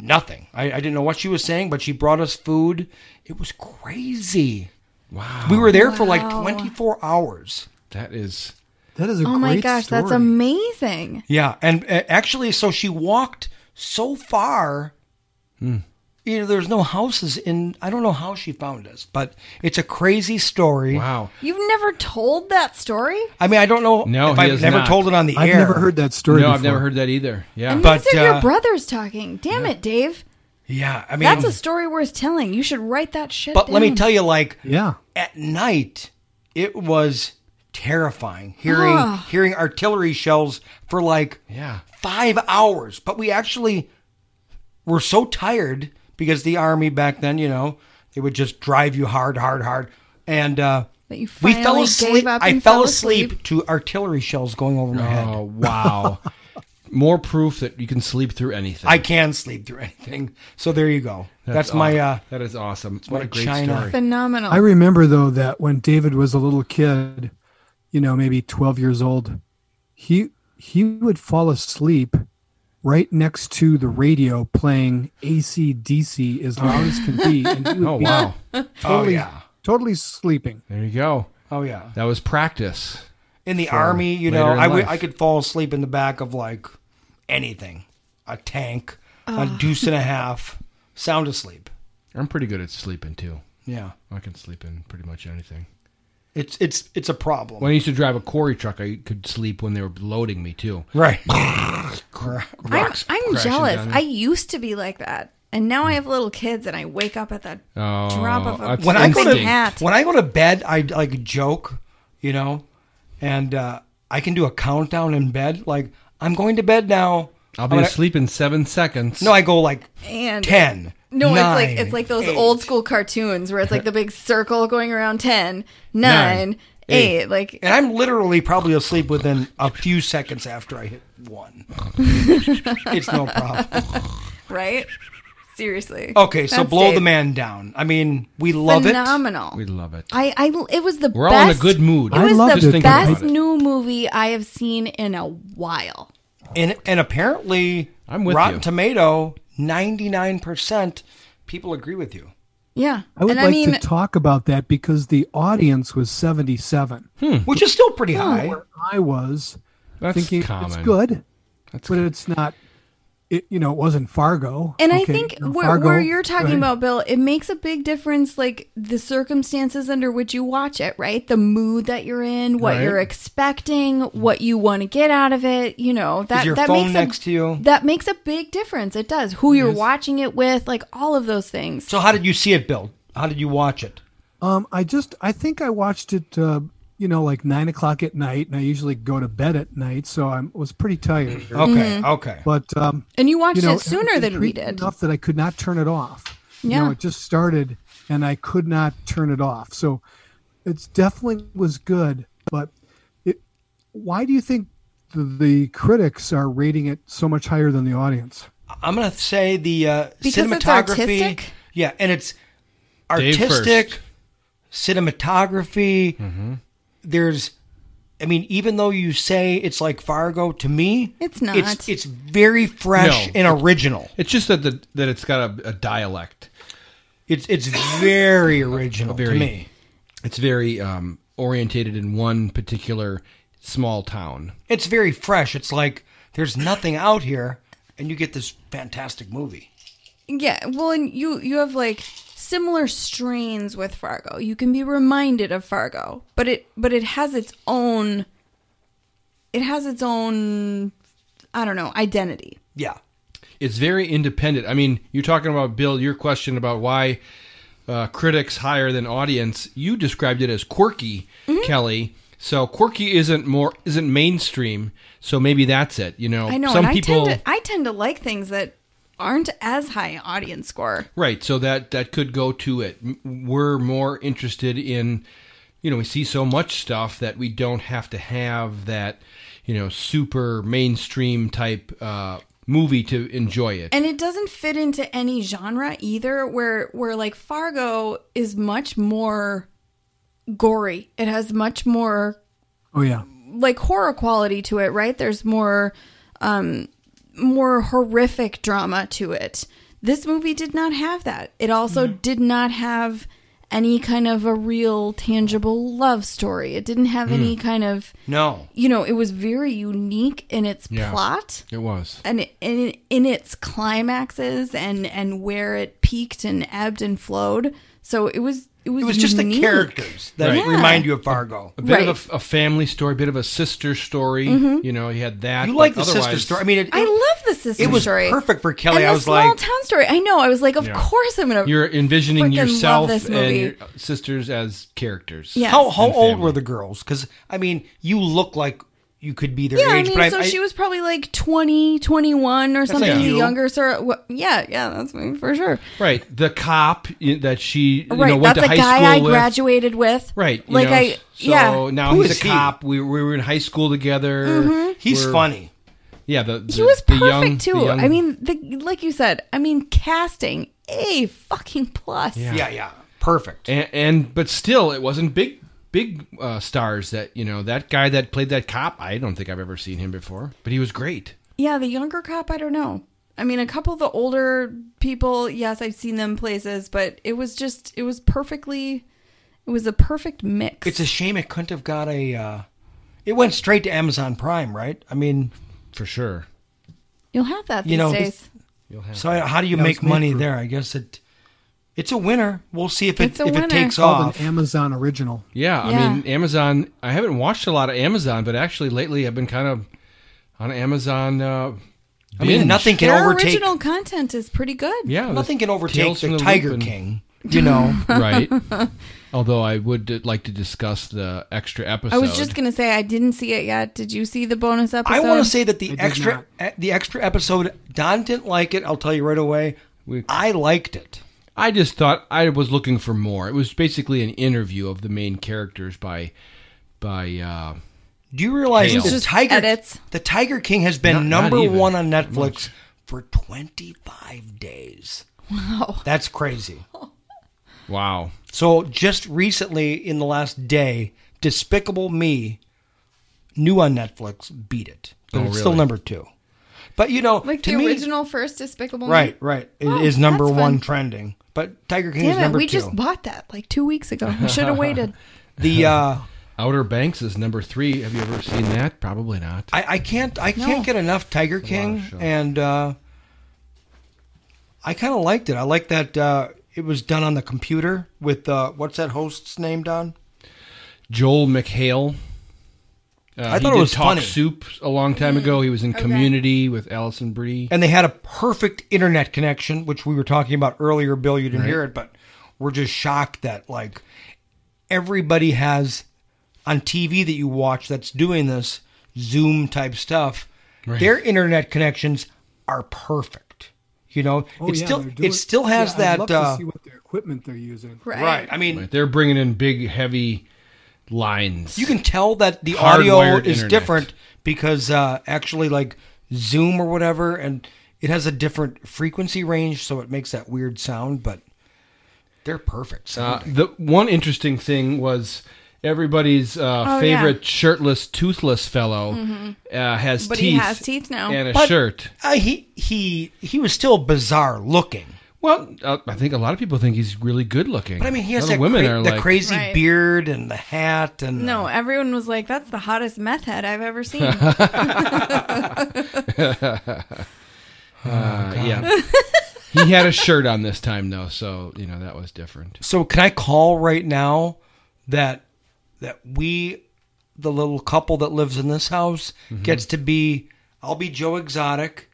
S3: nothing. I, I didn't know what she was saying, but she brought us food. It was crazy.
S1: Wow.
S3: We were there for like
S2: Wow.
S3: 24 hours.
S1: That is.
S12: That is
S2: Oh my gosh, that's amazing.
S3: Yeah, and uh, actually, so she walked so far.
S1: Hmm.
S3: You know, there's no houses in. I don't know how she found us, but it's a crazy story.
S1: Wow.
S2: You've never told that story?
S3: I mean, I don't know
S1: No,
S3: if
S1: he
S3: I've
S1: has
S3: never
S1: not.
S3: told it on the
S1: I've
S3: air.
S1: never heard
S12: that
S1: no, I've never heard that either. Yeah.
S2: and these are your brothers talking. Damn it, Dave.
S3: Yeah, uh, I mean,
S2: That's a story worth telling. You should write that shit
S3: but let me
S2: down.
S3: tell you, like,
S12: yeah,
S3: at night it was terrifying hearing
S2: Ah.
S3: hearing artillery shells for like
S1: yeah
S3: five hours. But we actually were so tired because the army back then, you know, they would just drive you hard, hard, hard, and uh,
S2: But you
S3: we
S2: finally
S3: fell
S2: gave
S3: asleep.
S2: up
S3: I
S2: and
S3: fell
S2: fell
S3: asleep, to artillery shells going over my head.
S1: Oh wow. More proof that you can sleep through anything.
S3: I can sleep through anything. So there you go. That's,
S1: aw-
S3: my uh,
S1: That is awesome. What
S3: my
S1: a great
S3: China.
S1: story.
S2: Phenomenal.
S12: I remember though that when David was a little kid, you know, maybe 12 years old, he he would fall asleep right next to the radio playing AC/DC as loud as can be and he would
S1: Oh,
S12: be
S1: wow.
S12: totally,
S1: Oh, yeah.
S12: totally sleeping.
S1: There you go.
S3: Oh yeah.
S1: That was practice.
S3: in the
S1: for
S3: army, you know,
S1: later in
S3: I would-
S1: life.
S3: I could fall asleep in the back of like anything, a tank,
S1: Ah.
S3: a deuce and a half, sound asleep.
S1: I'm pretty good at sleeping too.
S3: Yeah.
S1: I can sleep in pretty much anything.
S3: It's it's it's a problem.
S1: When I used to drive a quarry truck, I could sleep when they were loading me too.
S3: Right.
S2: I'm,
S1: Rocks
S2: I'm
S1: crashing
S2: jealous.
S1: down.
S2: I used to be like that. And now I have little kids and I wake up at that
S1: Oh,
S2: drop of a
S1: that's
S3: when I go to
S2: freaking hat.
S3: when I go to bed, I like joke, you know, and uh, I can do a countdown in bed. Like I'm going to bed now.
S1: I'll be
S3: I'm gonna-
S1: asleep in seven seconds.
S3: No, I go like
S2: And
S3: ten.
S2: No, it's
S3: nine,
S2: like it's like those old school cartoons where it's like the big circle going around 10, 9,
S3: Nine,
S2: 8, like
S3: and I'm literally probably asleep within a few seconds after I hit one. it's no problem.
S2: right? Seriously.
S3: Okay, so
S2: That's
S3: blow the
S2: Dave.
S3: man down. I mean, we love
S2: Phenomenal.
S1: We love it.
S2: I, I it was the
S1: We're
S2: best
S1: all in a good mood.
S2: It
S1: I
S2: was
S1: loved it. Just
S2: the
S1: thinking about
S2: best
S1: it.
S2: new movie I have seen in a while.
S3: it. And and apparently, I'm
S1: with
S3: Rotten
S1: you.
S3: Tomato, ninety nine percent people agree with you.
S2: Yeah.
S12: I would
S2: and
S12: like
S2: I mean
S12: to talk about that because the audience was 77,
S3: which is still pretty
S12: Oh.
S3: high.
S2: Hmm.
S12: Where I was
S1: Hmm. That's
S12: thinking it's
S1: common.
S12: good, but it's not. It you know it wasn't Fargo,
S2: And I
S12: Okay,
S2: think
S12: you know,
S2: where,
S12: Fargo,
S2: where you're talking
S12: right?
S2: about, Bill, it makes a big difference, like the circumstances under which you watch it, right? The mood that you're in, what
S3: Right.
S2: you're expecting, what you want to get out of it. You know that
S3: is your
S2: that
S3: phone
S2: makes
S3: next
S2: a,
S3: to you?
S2: that makes a big difference. It does. Who you're
S3: Yes.
S2: watching it with, like all of those things.
S3: so how did you see it, Bill? How did you watch it?
S12: Um, I just I think I watched it uh, you know, like nine o'clock at night, and I usually go to bed at night, so I was pretty tired.
S3: Mm-hmm.
S12: okay,
S3: Oh.
S2: Mhm.
S3: okay.
S12: But um,
S2: And you watched
S12: know,
S2: it sooner than we
S12: intrigued
S2: did.
S12: enough that I could not turn it off. You
S2: Yeah.
S12: know, it just started, and I could not turn it off. So it's definitely was good, but it. Why do you think the, the critics are rating it so much higher than the audience?
S3: I'm gonna say the uh,
S2: Because it's
S3: cinematography.
S2: artistic?
S3: Yeah, and it's
S1: Dave first.
S3: artistic cinematography.
S1: Mhm.
S3: There's, I mean, even though you say it's like Fargo, to me,
S2: It's not.
S3: It's, it's very fresh
S1: No.
S3: and original.
S1: It's just that the, that it's got a, a dialect.
S3: It's it's very original
S1: very,
S3: to me.
S1: It's very um, orientated in one particular small town.
S3: It's very fresh. It's like there's nothing out here, and you get this fantastic movie.
S2: Yeah, well, and you you have like similar strains with Fargo. You can be reminded of Fargo, but it but it has its own it has its own I don't know, identity.
S3: Yeah.
S1: It's very independent. I mean, you're talking about Bill. Your question about why uh, critics higher than audience. You described it as quirky,
S2: Mm-hmm.
S1: Kelly. So quirky isn't more isn't mainstream. So maybe that's it. You know,
S2: I know,
S1: some
S2: and
S1: people
S2: I tend to I tend to like things that aren't as high audience score.
S1: Right. So that that could go to it. M- We're more interested in, you know, we see so much stuff that we don't have to have that, you know, super mainstream type uh, movie to enjoy it.
S2: And it doesn't fit into any genre either where where like Fargo is much more gory. It has much more
S12: Oh yeah,
S2: like horror quality to it, right? There's more um more horrific drama to it. This movie did not have that. It also did not have any kind of a real tangible love story. It didn't have any
S3: Hmm.
S1: Mm.
S2: kind of
S3: No.
S2: you know, it was very unique in its plot
S1: It was.
S2: and in in its climaxes and and where it peaked and ebbed and flowed. So it was it was
S3: It was just the
S2: unique.
S3: characters that
S1: Right.
S3: remind you of Fargo.
S1: A bit of a, a family story, a bit of a sister story.
S2: Mhm.
S1: You know, you had that.
S3: You
S1: but
S3: like the sister
S1: otherwise-
S3: story. I mean, it,
S2: I love the sister
S3: it was
S2: story.
S3: perfect for Kelly.
S2: And
S3: I
S2: the
S3: was
S2: small
S3: like,
S2: town story. I know. I was like, of
S1: Yeah.
S2: course I'm gonna.
S1: You're envisioning
S2: freaking love
S1: yourself
S2: this
S1: and
S2: movie.
S1: your sisters as characters.
S2: Yes.
S3: how how
S1: And
S3: old
S1: family.
S3: were the girls? Because I mean, you look like you could be their
S2: yeah, I
S3: age.
S2: mean,
S3: but
S2: so
S3: I, I,
S2: she was probably like 20, 21 or
S3: That's
S2: something.
S1: like
S2: the
S1: you.
S2: younger, sir. What, yeah, yeah, that's me for sure.
S1: Right, the cop y- that she you
S2: right,
S1: know, went
S2: that's
S1: to
S2: a
S1: high
S2: guy
S1: school
S2: I
S1: with.
S2: graduated with.
S1: Right. you
S2: like
S1: know,
S2: I.
S1: So
S2: yeah.
S1: now
S3: Who
S1: he's
S3: is
S1: a
S3: he?
S1: cop. We, we were in high school together.
S2: Mhm.
S3: He's
S1: We're-
S3: funny.
S1: Yeah. The, the,
S2: he was
S1: the
S2: perfect
S1: young,
S2: too.
S1: the young-
S2: I mean, the, like you said, I mean, casting a fucking plus.
S1: Yeah.
S3: yeah, yeah, perfect.
S1: and, and but still, it wasn't big big uh, stars that you know that guy that played that cop. I don't think I've ever seen him before, but he was great.
S2: Yeah, the younger cop, I don't know. I mean, a couple of the older people, yes, I've seen them places, but it was just, it was perfectly, it was a perfect mix.
S3: It's a shame it couldn't have got a. Uh, it went straight to Amazon Prime, right? I mean,
S1: for sure.
S2: You'll have that these
S3: You know,
S2: days.
S1: You'll have
S3: So how do you
S12: Yeah,
S3: make
S12: it's made
S3: money
S12: for-
S3: there? I guess it. It's a winner. We'll see if it
S2: It's a
S3: if
S2: winner.
S3: it takes
S12: called
S3: off.
S12: an Amazon original.
S1: Yeah,
S2: Yeah.
S1: I mean Amazon. I haven't watched a lot of Amazon, but actually lately I've been kind of on Amazon. Uh,
S3: I mean,
S1: binge.
S3: nothing can
S2: Their
S3: overtake.
S2: original content is pretty good.
S1: Yeah,
S3: Nothing can overtake
S1: Tales from
S3: the
S1: the
S3: Tiger
S1: Loop and-
S3: King. You know.
S1: right. Although I would uh, like to discuss the extra episode.
S2: I was just going to say, I didn't see it yet. Did you see the bonus episode?
S3: I want to say that the
S12: did
S3: extra e- the extra episode Don didn't like it. I'll tell you right away.
S1: We-
S3: I liked it.
S1: I just thought I was looking for more. It was basically an interview of the main characters by by uh
S3: Do you realize
S1: It's
S3: the
S2: just
S3: Tiger
S2: edits.
S3: the Tiger King has been
S1: Not- not
S3: number
S1: even.
S3: one on Netflix for 25 days? Wow, that's crazy.
S1: wow.
S3: So just recently, in the last day, Despicable Me, new on Netflix, beat it. But
S1: Oh,
S3: it's still
S1: really?
S3: number two. But you know,
S2: like
S3: to
S2: the
S3: me,
S2: original first Despicable Me?
S3: right, right, it is
S2: Wow,
S3: number
S2: that's
S3: one
S2: fun.
S3: trending. But Tiger King is
S2: Damn it,
S3: number
S2: we
S3: two.
S2: just bought that like two weeks ago. We should have waited.
S3: the uh,
S1: Outer Banks is number 3. Have you ever seen that? Probably not.
S3: I, I can't I
S2: No.
S3: can't get enough Tiger King
S1: shows.
S3: and uh, I kind of liked it. I like that uh, it was done on the computer with uh, what's that host's name, Don?
S1: Joel McHale. Uh,
S3: I
S1: he
S3: thought it
S1: did
S3: was
S1: Talk
S3: funny.
S1: Soup a long time ago. He was in
S2: Mm-hmm. okay.
S1: Community with Allison Brie.
S3: And they had a perfect internet connection, which we were talking about earlier. Bill, you didn't
S1: Right.
S3: hear it, but we're just shocked that like everybody has on TV that you watch that's doing this Zoom type stuff,
S13: Right.
S3: their internet connections are perfect. You know,
S12: Oh,
S3: it
S12: yeah,
S3: still
S12: they're doing-
S3: it still has
S12: yeah,
S3: that.
S12: I'd love to
S3: uh,
S12: see what their equipment they're using.
S3: Right. I mean,
S1: Right, they're bringing in big, heavy lines.
S3: You can tell that the audio
S1: Hardwired
S3: is
S1: internet.
S3: different because uh, actually, like Zoom or whatever, and it has a different frequency range, so it makes that weird sound. But they're perfect.
S1: Uh,
S3: sounding.
S1: the one interesting thing was everybody's uh,
S2: Oh,
S1: favorite
S2: yeah.
S1: shirtless, toothless fellow
S2: Mhm.
S1: uh, has
S2: But he
S1: teeth.
S2: has teeth now.
S1: and a
S3: But,
S1: shirt.
S3: uh, he he he was still bizarre looking.
S1: Well, uh, I think a lot of people think he's really good looking.
S3: But I mean, he has
S1: a lot
S3: that
S1: of women
S3: cra-
S1: are
S3: the
S1: like,
S3: crazy
S2: Right.
S3: beard and the hat and
S2: No, everyone was like, "That's the hottest meth head I've ever seen."
S1: uh, yeah. he had a shirt on this time though, so you know that was different.
S3: So can I call right now that that we the little couple that lives in this house
S1: Mhm.
S3: gets to be I'll be Joe Exotic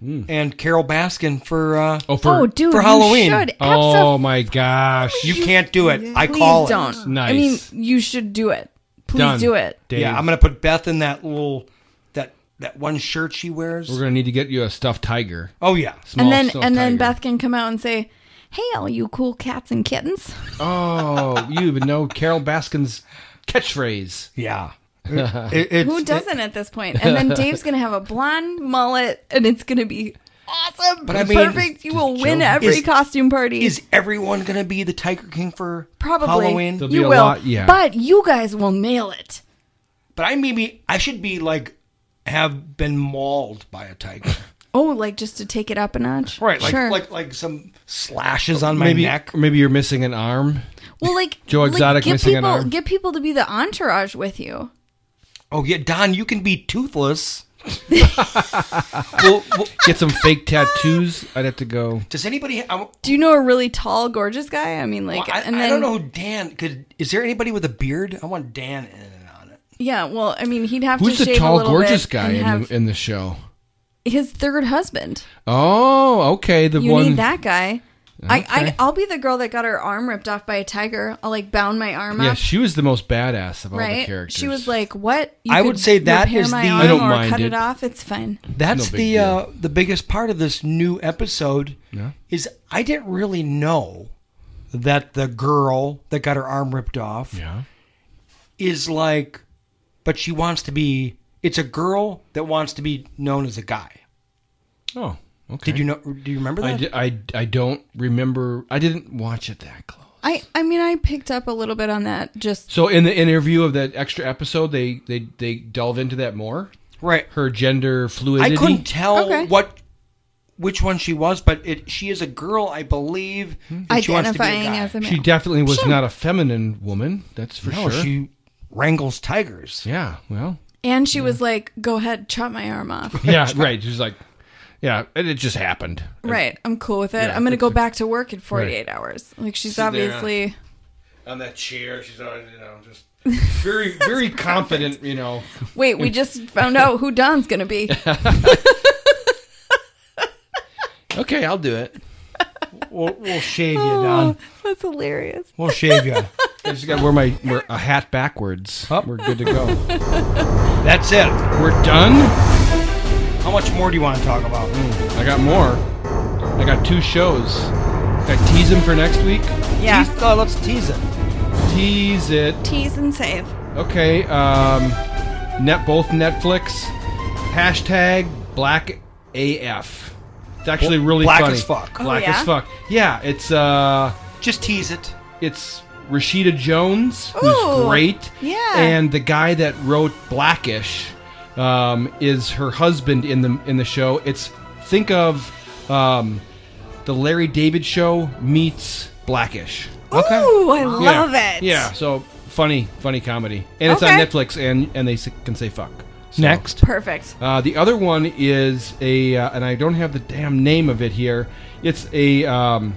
S3: and Carol Baskin for uh
S1: Mm. Oh,
S2: for- Oh, dude,
S3: for
S2: you
S3: Halloween.
S2: should.
S1: Oh my gosh!
S3: You can't do it. I
S2: Please
S3: call
S2: don't.
S3: it.
S2: I mean, you should do it. Please
S3: Done.
S2: do it.
S3: Yeah, I'm gonna put Beth in that little that that one shirt she wears.
S1: We're gonna need to get you a stuffed tiger.
S3: Oh yeah,
S1: small
S2: and then
S1: stuffed
S2: and then
S1: tiger.
S2: Beth can come out and say, "Hey, all you cool cats and kittens."
S1: oh, you even know Carol Baskin's catchphrase.
S3: Yeah,
S2: Who doesn't at this point? And then Dave's gonna have a blonde mullet, and it's gonna be awesome.
S3: But I mean-
S2: perfect. You will win
S3: Joe-
S2: every
S3: Is-
S2: costume party.
S3: Is everyone gonna be the Tiger King for
S2: Probably
S3: Halloween?
S2: you will, but you guys will nail it.
S3: But I maybe I should be like have been mauled by a tiger.
S2: Oh, like just to take it up a notch,
S3: Right, like
S2: sure.
S3: like like some slashes on my
S1: maybe,
S3: neck.
S1: Maybe you're missing an arm.
S2: well, like
S1: Joe
S2: like,
S1: Exotic
S2: get
S1: missing an
S2: people,
S1: arm.
S2: Get people to be the entourage with you.
S3: Oh yeah, Don, you can be toothless. Well, well,
S1: Get some fake tattoos. I'd have to go.
S3: does anybody? I, well,
S2: Do you know a really tall, gorgeous guy? I mean, like,
S3: I,
S2: and
S3: I
S2: then
S3: don't know who Dan could. Is there anybody with a beard? I want Dan in.
S2: yeah. Well, I mean, he'd have
S1: Who's
S2: to
S1: the
S2: shave a
S1: tall,
S2: little
S1: gorgeous
S2: bit
S1: guy
S2: and
S1: in,
S2: have
S1: the, in the show?
S2: his third husband.
S1: Oh, okay. The
S2: you
S1: one.
S2: need that guy. I,
S1: Okay.
S2: I I'll be the girl that got her arm ripped off by a tiger. I'll like bound my arm
S1: Yeah,
S2: up.
S1: she was the most badass of all the
S2: right?
S1: characters.
S2: She was like, "What?
S3: I
S2: could
S3: would say that
S2: repair
S3: is
S2: my
S3: the-
S2: arm
S3: I don't
S2: or
S3: mind
S2: cut it.
S3: it.
S2: off. It's fine."
S3: That's
S1: No big
S3: the
S1: deal.
S3: uh, the biggest part of this new episode.
S1: Yeah.
S3: Is I didn't really know that the girl that got her arm ripped off is like, but she wants to be. It's a girl that wants to be known as a guy.
S1: Oh, okay.
S3: Did you know? Do you remember
S1: I,
S3: that?
S1: di- I, I don't remember. I didn't watch it that close.
S2: I I mean, I picked up a little bit on that. Just
S1: So in the interview of that extra episode, they they they delve into that more.
S3: Right.
S1: Her gender fluidity.
S3: I couldn't tell
S2: Okay.
S3: what which one she was, but it she is a girl, I believe. and she wants to be
S2: identifying
S3: guy.
S2: as a man.
S1: She definitely was
S2: Sure.
S1: not a feminine woman. That's for
S3: No,
S1: sure.
S3: she wrangles tigers.
S1: Yeah. Well.
S2: and she was like, "Go ahead, chop my arm off."
S1: Yeah. right. She's like, yeah. and It just happened.
S2: Right. I'm cool with it.
S1: Yeah,
S2: I'm going to
S1: it's
S2: go
S1: a-
S2: back to work in 48
S1: Right.
S2: hours. Like she's
S1: Sit there.
S2: obviously
S1: On that chair, she's always, you know, just very very confident. You know.
S2: Wait, we just found out who Don's going to be.
S1: Okay, I'll do it.
S3: We'll, we'll shave you,
S2: Oh,
S3: Don.
S2: that's hilarious.
S3: We'll shave you.
S1: I just got to wear my wear a hat backwards. We're good to go.
S3: That's it.
S1: We're done.
S3: How much more do you want to talk about?
S1: I got more. I got two shows. I tease them for next week.
S2: Yeah.
S3: Tease, uh, let's tease it.
S1: Tease it.
S2: Tease and save.
S1: Okay. Um, net both Netflix. Hashtag Black AF. It's actually
S3: Well,
S1: really
S3: Black
S1: funny.
S3: as fuck. Oh,
S1: Black
S3: yeah?
S1: as fuck. Yeah. It's uh.
S3: Just tease it.
S1: It's Rashida Jones, who's
S3: Ooh,
S1: great.
S3: yeah.
S1: And the guy that wrote Blackish um, is her husband in the in the show. It's think of um, the Larry David show meets Blackish.
S2: Okay. Ooh, I
S1: Yeah.
S2: love it.
S1: Yeah, so funny, funny comedy, and it's on
S2: Okay.
S1: Netflix, and and they s- can say fuck. So,
S3: Next.
S2: Perfect.
S1: Uh, the other one is a, uh, and I don't have the damn name of it here. It's a um,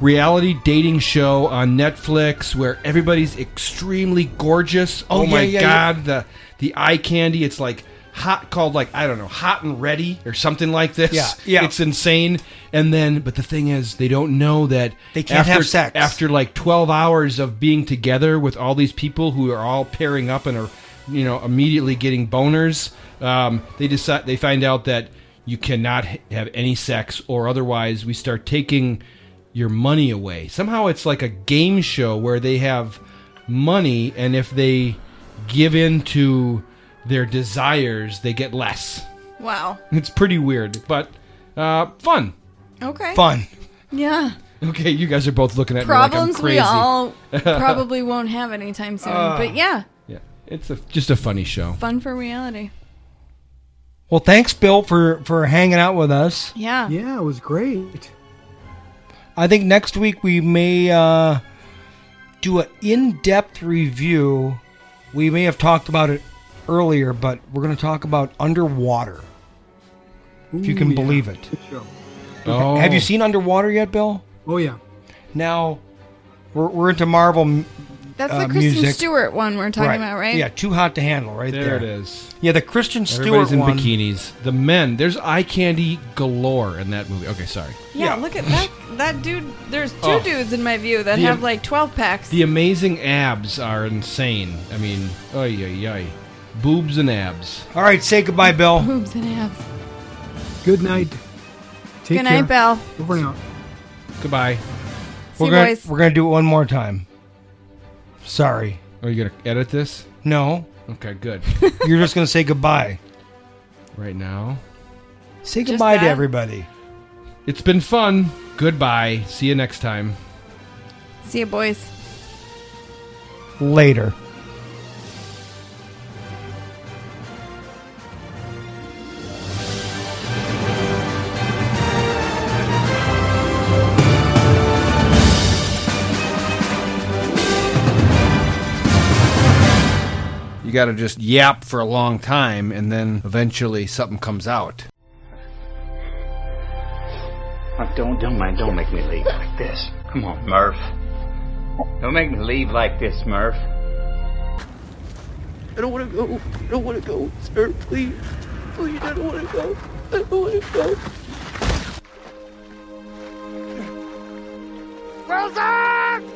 S1: reality dating show on Netflix where everybody's extremely gorgeous. Oh,
S3: Oh,
S1: my
S3: yeah, yeah,
S1: god, the the eye candy. It's like hot called like I don't know, hot and ready or something like this.
S3: Yeah, yeah.
S1: It's insane. And then, but the thing is, they don't know that
S3: They can't
S1: after,
S3: have sex.
S1: after like twelve hours of being together with all these people who are all pairing up and are you know immediately getting boners. Um, they decide they find out that you cannot h- have any sex or otherwise we start taking your money away. Somehow it's like a game show where they have money and if they give in to their desires, they get less.
S2: Wow.
S1: It's pretty weird, but uh, fun.
S2: Okay.
S1: Fun.
S2: Yeah.
S1: Okay, you guys are both looking at
S2: Problems
S1: me
S2: we
S1: like
S2: all
S1: I'm crazy.
S2: probably won't have anytime soon.
S3: Uh.
S2: but yeah,
S1: yeah, it's a, just a funny show.
S2: fun for reality.
S3: Well, thanks, Bill, for for hanging out with us.
S2: Yeah.
S12: Yeah, it was great.
S3: I think next week we may uh, do an in-depth review. We may have talked about it earlier, but we're going to talk about underwater. if you
S12: Ooh,
S3: can
S12: yeah.
S3: believe it.
S12: Good show.
S1: Oh.
S3: Have you seen Underwater yet, Bill?
S12: Oh yeah.
S3: Now we're, we're into Marvel. m-
S2: That's
S3: uh,
S2: the Kristen
S3: music.
S2: Stewart one we're talking about, right?
S3: Yeah, too hot to handle, right
S1: There
S3: there.
S1: it is.
S3: Yeah, the Christian Stewart
S1: Everybody's in
S3: one.
S1: bikinis. The men, there's eye candy galore in that movie. Okay, sorry.
S2: Yeah, look at that. That dude. There's two
S1: Oh.
S2: dudes in my view that
S1: The-
S2: have like 12 packs.
S1: The amazing abs are insane. I mean, ay ay ay, boobs and abs.
S3: All right, say goodbye, Bill.
S2: Boobs and abs.
S12: Good
S3: Hmm.
S12: night. Take
S2: Good night,
S12: care.
S2: Belle.
S12: Over and out.
S1: Goodbye.
S3: We're
S2: See,
S3: gonna,
S2: boys.
S3: We're going to do it one more time. Sorry.
S1: Are you gonna edit this?
S3: No,
S1: Okay, good.
S3: you're just going to say goodbye.
S1: right now,
S3: Say
S2: Just
S3: goodbye to
S2: that?
S3: everybody.
S1: it's been fun. Goodbye. See you next time.
S2: See ya, boys.
S3: Later.
S1: You got to just yap for a long time, and then eventually something comes out.
S13: Uh, don't, don't mind. Don't make me leave like this. Come on, Murph. Don't make me leave like this, Murph.
S14: I don't want to go. I don't want to go, sir. Please, please, I don't want to go. I don't want to go.
S8: Wilson!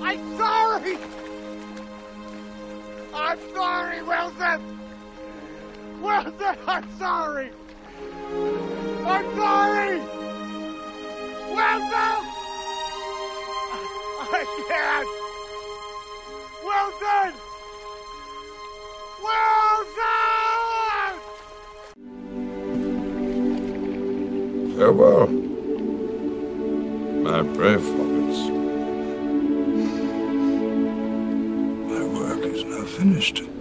S8: I'm sorry! I'm sorry, Wilson! Wilson, I'm sorry! I'm sorry! Wilson! I can't! Wilson! Wilson!
S15: Farewell, my brave Florence. My work is now finished.